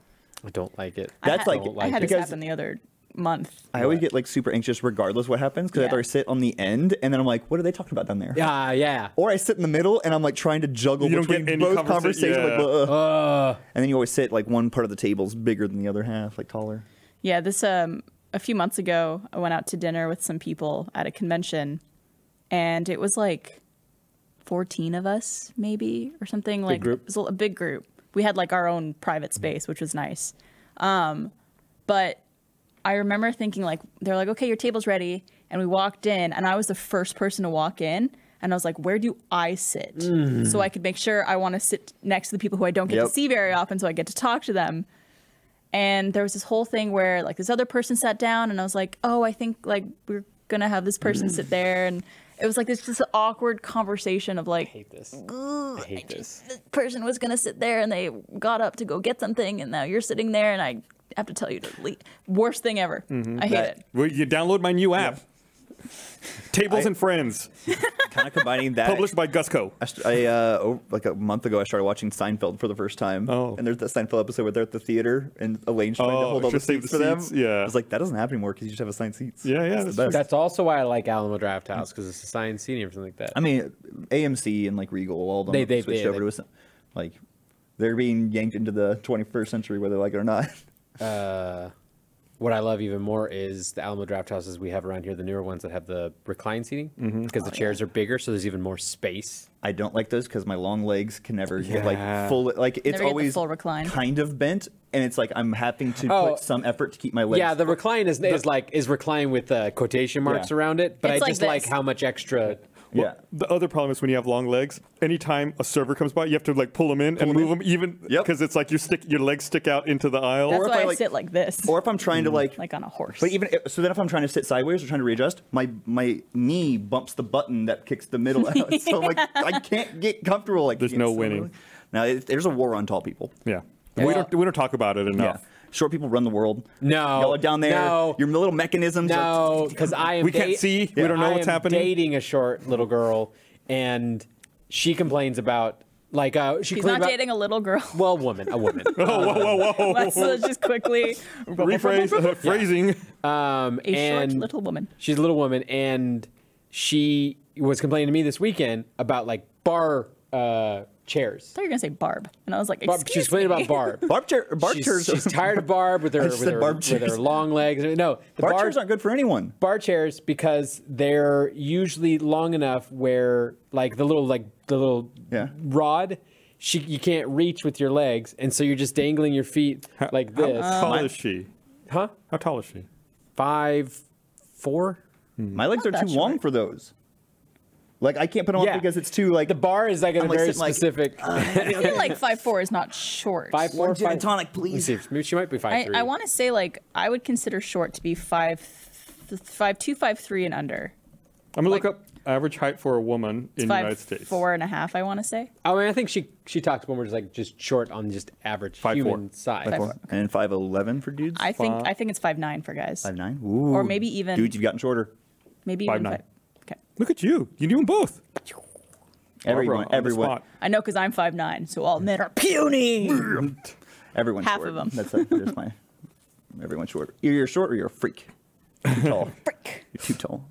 i don't like it That's I like don't I like had it. this because- happen the other month. I always get like super anxious regardless what happens because Yeah. either I sit on the end and then I'm like, what are they talking about down there? Yeah, ah, yeah. Or I sit in the middle and I'm like trying to juggle You don't between get any both conversa- conversations. yeah. Like, "Ugh." and then you always sit like one part of the table's bigger than the other half, like taller. Yeah, this um a few months ago, I went out to dinner with some people at a convention, and it was like fourteen of us, maybe or something like group. It was a, a big group. We had like our own private space, which was nice. Um, but I remember thinking like they're like, okay, your table's ready, and we walked in, and I was the first person to walk in. And I was like, where do I sit? So I could make sure I want to sit next to the people who I don't get Yep. to see very often, so I get to talk to them and there was this whole thing where like this other person sat down and i was like oh i think like we're gonna have this person sit there and it was like this just awkward conversation of like hate this. I hate this. the person was gonna sit there and they got up to go get something and now you're sitting there and i have to tell you to leave worst thing ever Mm-hmm. i hate it Well, you download my new app. Tables I- and Friends, Kind of combining that. published by Gusco. I, st- I uh, oh, like a month ago, I started watching Seinfeld for the first time. Oh. and there's that Seinfeld episode where they're at the theater and Elaine's trying to Oh, hold all the just save seats the for them. seats, yeah. I was like, that doesn't happen anymore because you just have assigned seats. Yeah, yeah, It's that's the best. That's also why I like Alamo Draft House because it's assigned seating or something like that. I mean, AMC and like Regal, all of them They- have they- switched they- over to us. Like, they're being yanked into the 21st century, whether they like it or not. [LAUGHS] what I love even more is the Alamo Draft Houses we have around here, the newer ones that have the recline seating Mm-hmm. because Oh, the chairs are bigger, so there's even more space. I don't like those because my long legs can never get like Yeah. full. Like it's get the always full recline. kind of bent, and it's like I'm having to Oh. put some effort to keep my legs. Yeah, the recline is, is like is recline with uh, quotation marks Yeah. around it, but It's I like just like this. how much extra. yeah. The other problem is when you have long legs. Anytime a server comes by, you have to like pull them in and move them, even Yep. because it's like you stick your legs stick out into the aisle. that's if why I, i, like- sit like this Or if I'm trying to like, like on a horse but even if, so, then if I'm trying to sit sideways or trying to readjust, my my knee bumps the button that kicks the [LAUGHS] middle out. So like I can't get comfortable. Like There's it's no so- winning. Now it, there's a war on tall people. yeah, we don't we don't talk about it enough. Short people run the world. No, Y'all are down there. no. Your little mechanisms. Are, No, because I am. We can't date- see. We don't know I what's am happening. Dating a short little girl, and she complains about like uh, she's she complained not about, dating a little girl [LAUGHS] Well, a woman, [LAUGHS] a woman. Oh, whoa, whoa, whoa! let's let's just [LAUGHS] quickly Rephrase [LAUGHS] uh, phrasing. Um, a short and little woman She's a little woman, and she was complaining to me this weekend about like bar uh, chairs. I thought you were gonna say Barb, and I was like, Barb, excuse she's complaining me. [LAUGHS] [LAUGHS] about Barb. barb chair. Barb she's, chairs. she's tired of Barb with her, I with just said her, barb with her chairs. long legs. No, [LAUGHS] the barb chairs aren't good for anyone. bar chairs because they're usually long enough where like the little like the little Yeah. rod she you can't reach with your legs and so you're just dangling your feet like this How tall Mine- is she? huh How tall is she? five four My legs are that too long for those. Like I can't put them Yeah. on because it's too like the bar is like at I'm, a like, very sitting, like, [LAUGHS] specific I feel like five four is not short. five four One gin five and tonic, Let's please. see, maybe she might be five I, three I want to say like I would consider short to be five, th- five two, five three, and under. I'm gonna Like- look up average height for a woman in the five United States. four and a half. I want to say Oh, I mean I think she she talks when we're just like just short on just average Five, four. human size Five, four. and five eleven for dudes. I think I think it's five nine for guys. five nine. Or maybe even- dudes, you've gotten shorter. Maybe Five, even nine. five. Okay, Look at you. You do them both. Barbara, Everyone, on the everyone, spot. I know because I'm five nine, so all men are puny. everyone. Half short. of 'em. That's it. There's my. Everyone's short. Either you're short or you're a freak. Too [LAUGHS] tall. Frick. You're too tall.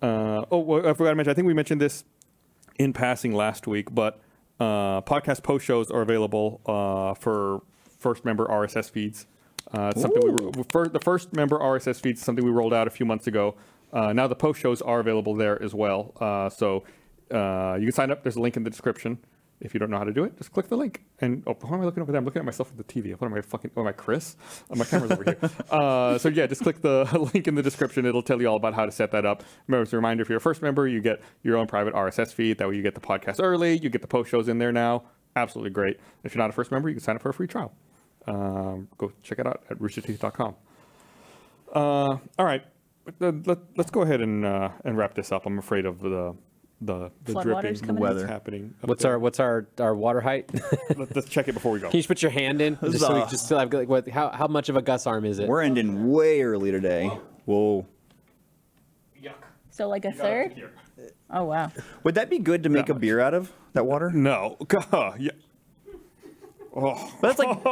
Uh, oh, well, I forgot to mention. I think we mentioned this in passing last week, but uh, podcast post shows are available uh, for first member RSS feeds. Uh, it's something we for the first member RSS feeds is something we rolled out a few months ago. Uh, now the post shows are available there as well. Uh, so uh, you can sign up. There's a link in the description. If you don't know how to do it, just click the link. And oh, why am I looking over there? I'm looking at myself at the TV. What am I fucking? What am I, Chris? Oh, my camera's [LAUGHS] over here. Uh, so yeah, just click the [LAUGHS] link in the description. It'll tell you all about how to set that up. Remember, as a reminder, if you're a first member, you get your own private RSS feed. That way, you get the podcast early. You get the post shows in there now. Absolutely great. If you're not a first member, you can sign up for a free trial. Um, go check it out at roosterteeth.com. Uh, all right, let, us go ahead and uh, and wrap this up. I'm afraid of the the, the Flood dripping water's coming in? weather Weather. happening. up what's there. our what's our our water height [LAUGHS] Let, us check it before we go. Can you just put your hand in? Just so we Huzzah. just so I've got, like what how how much of a Gus arm is it? We're ending way early today. Whoa. So like a third. Oh wow. [LAUGHS] Would that be good to make a beer out of? That water? No, yeah. But that's like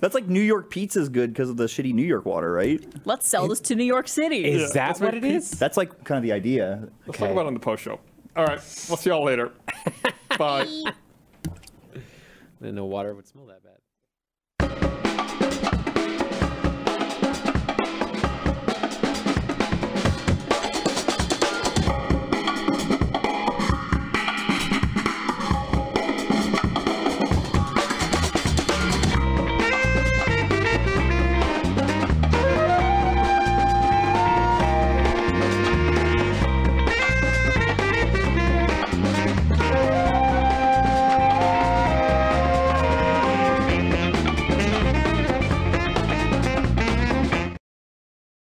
that's like New York pizza's good because of the shitty New York water, right? Let's sell this to New York City. Is that what it is? That's like kind of the idea. Let's talk about it on the post show. All right. [LAUGHS] We'll see y'all later. Bye. Then no water would smell that bad.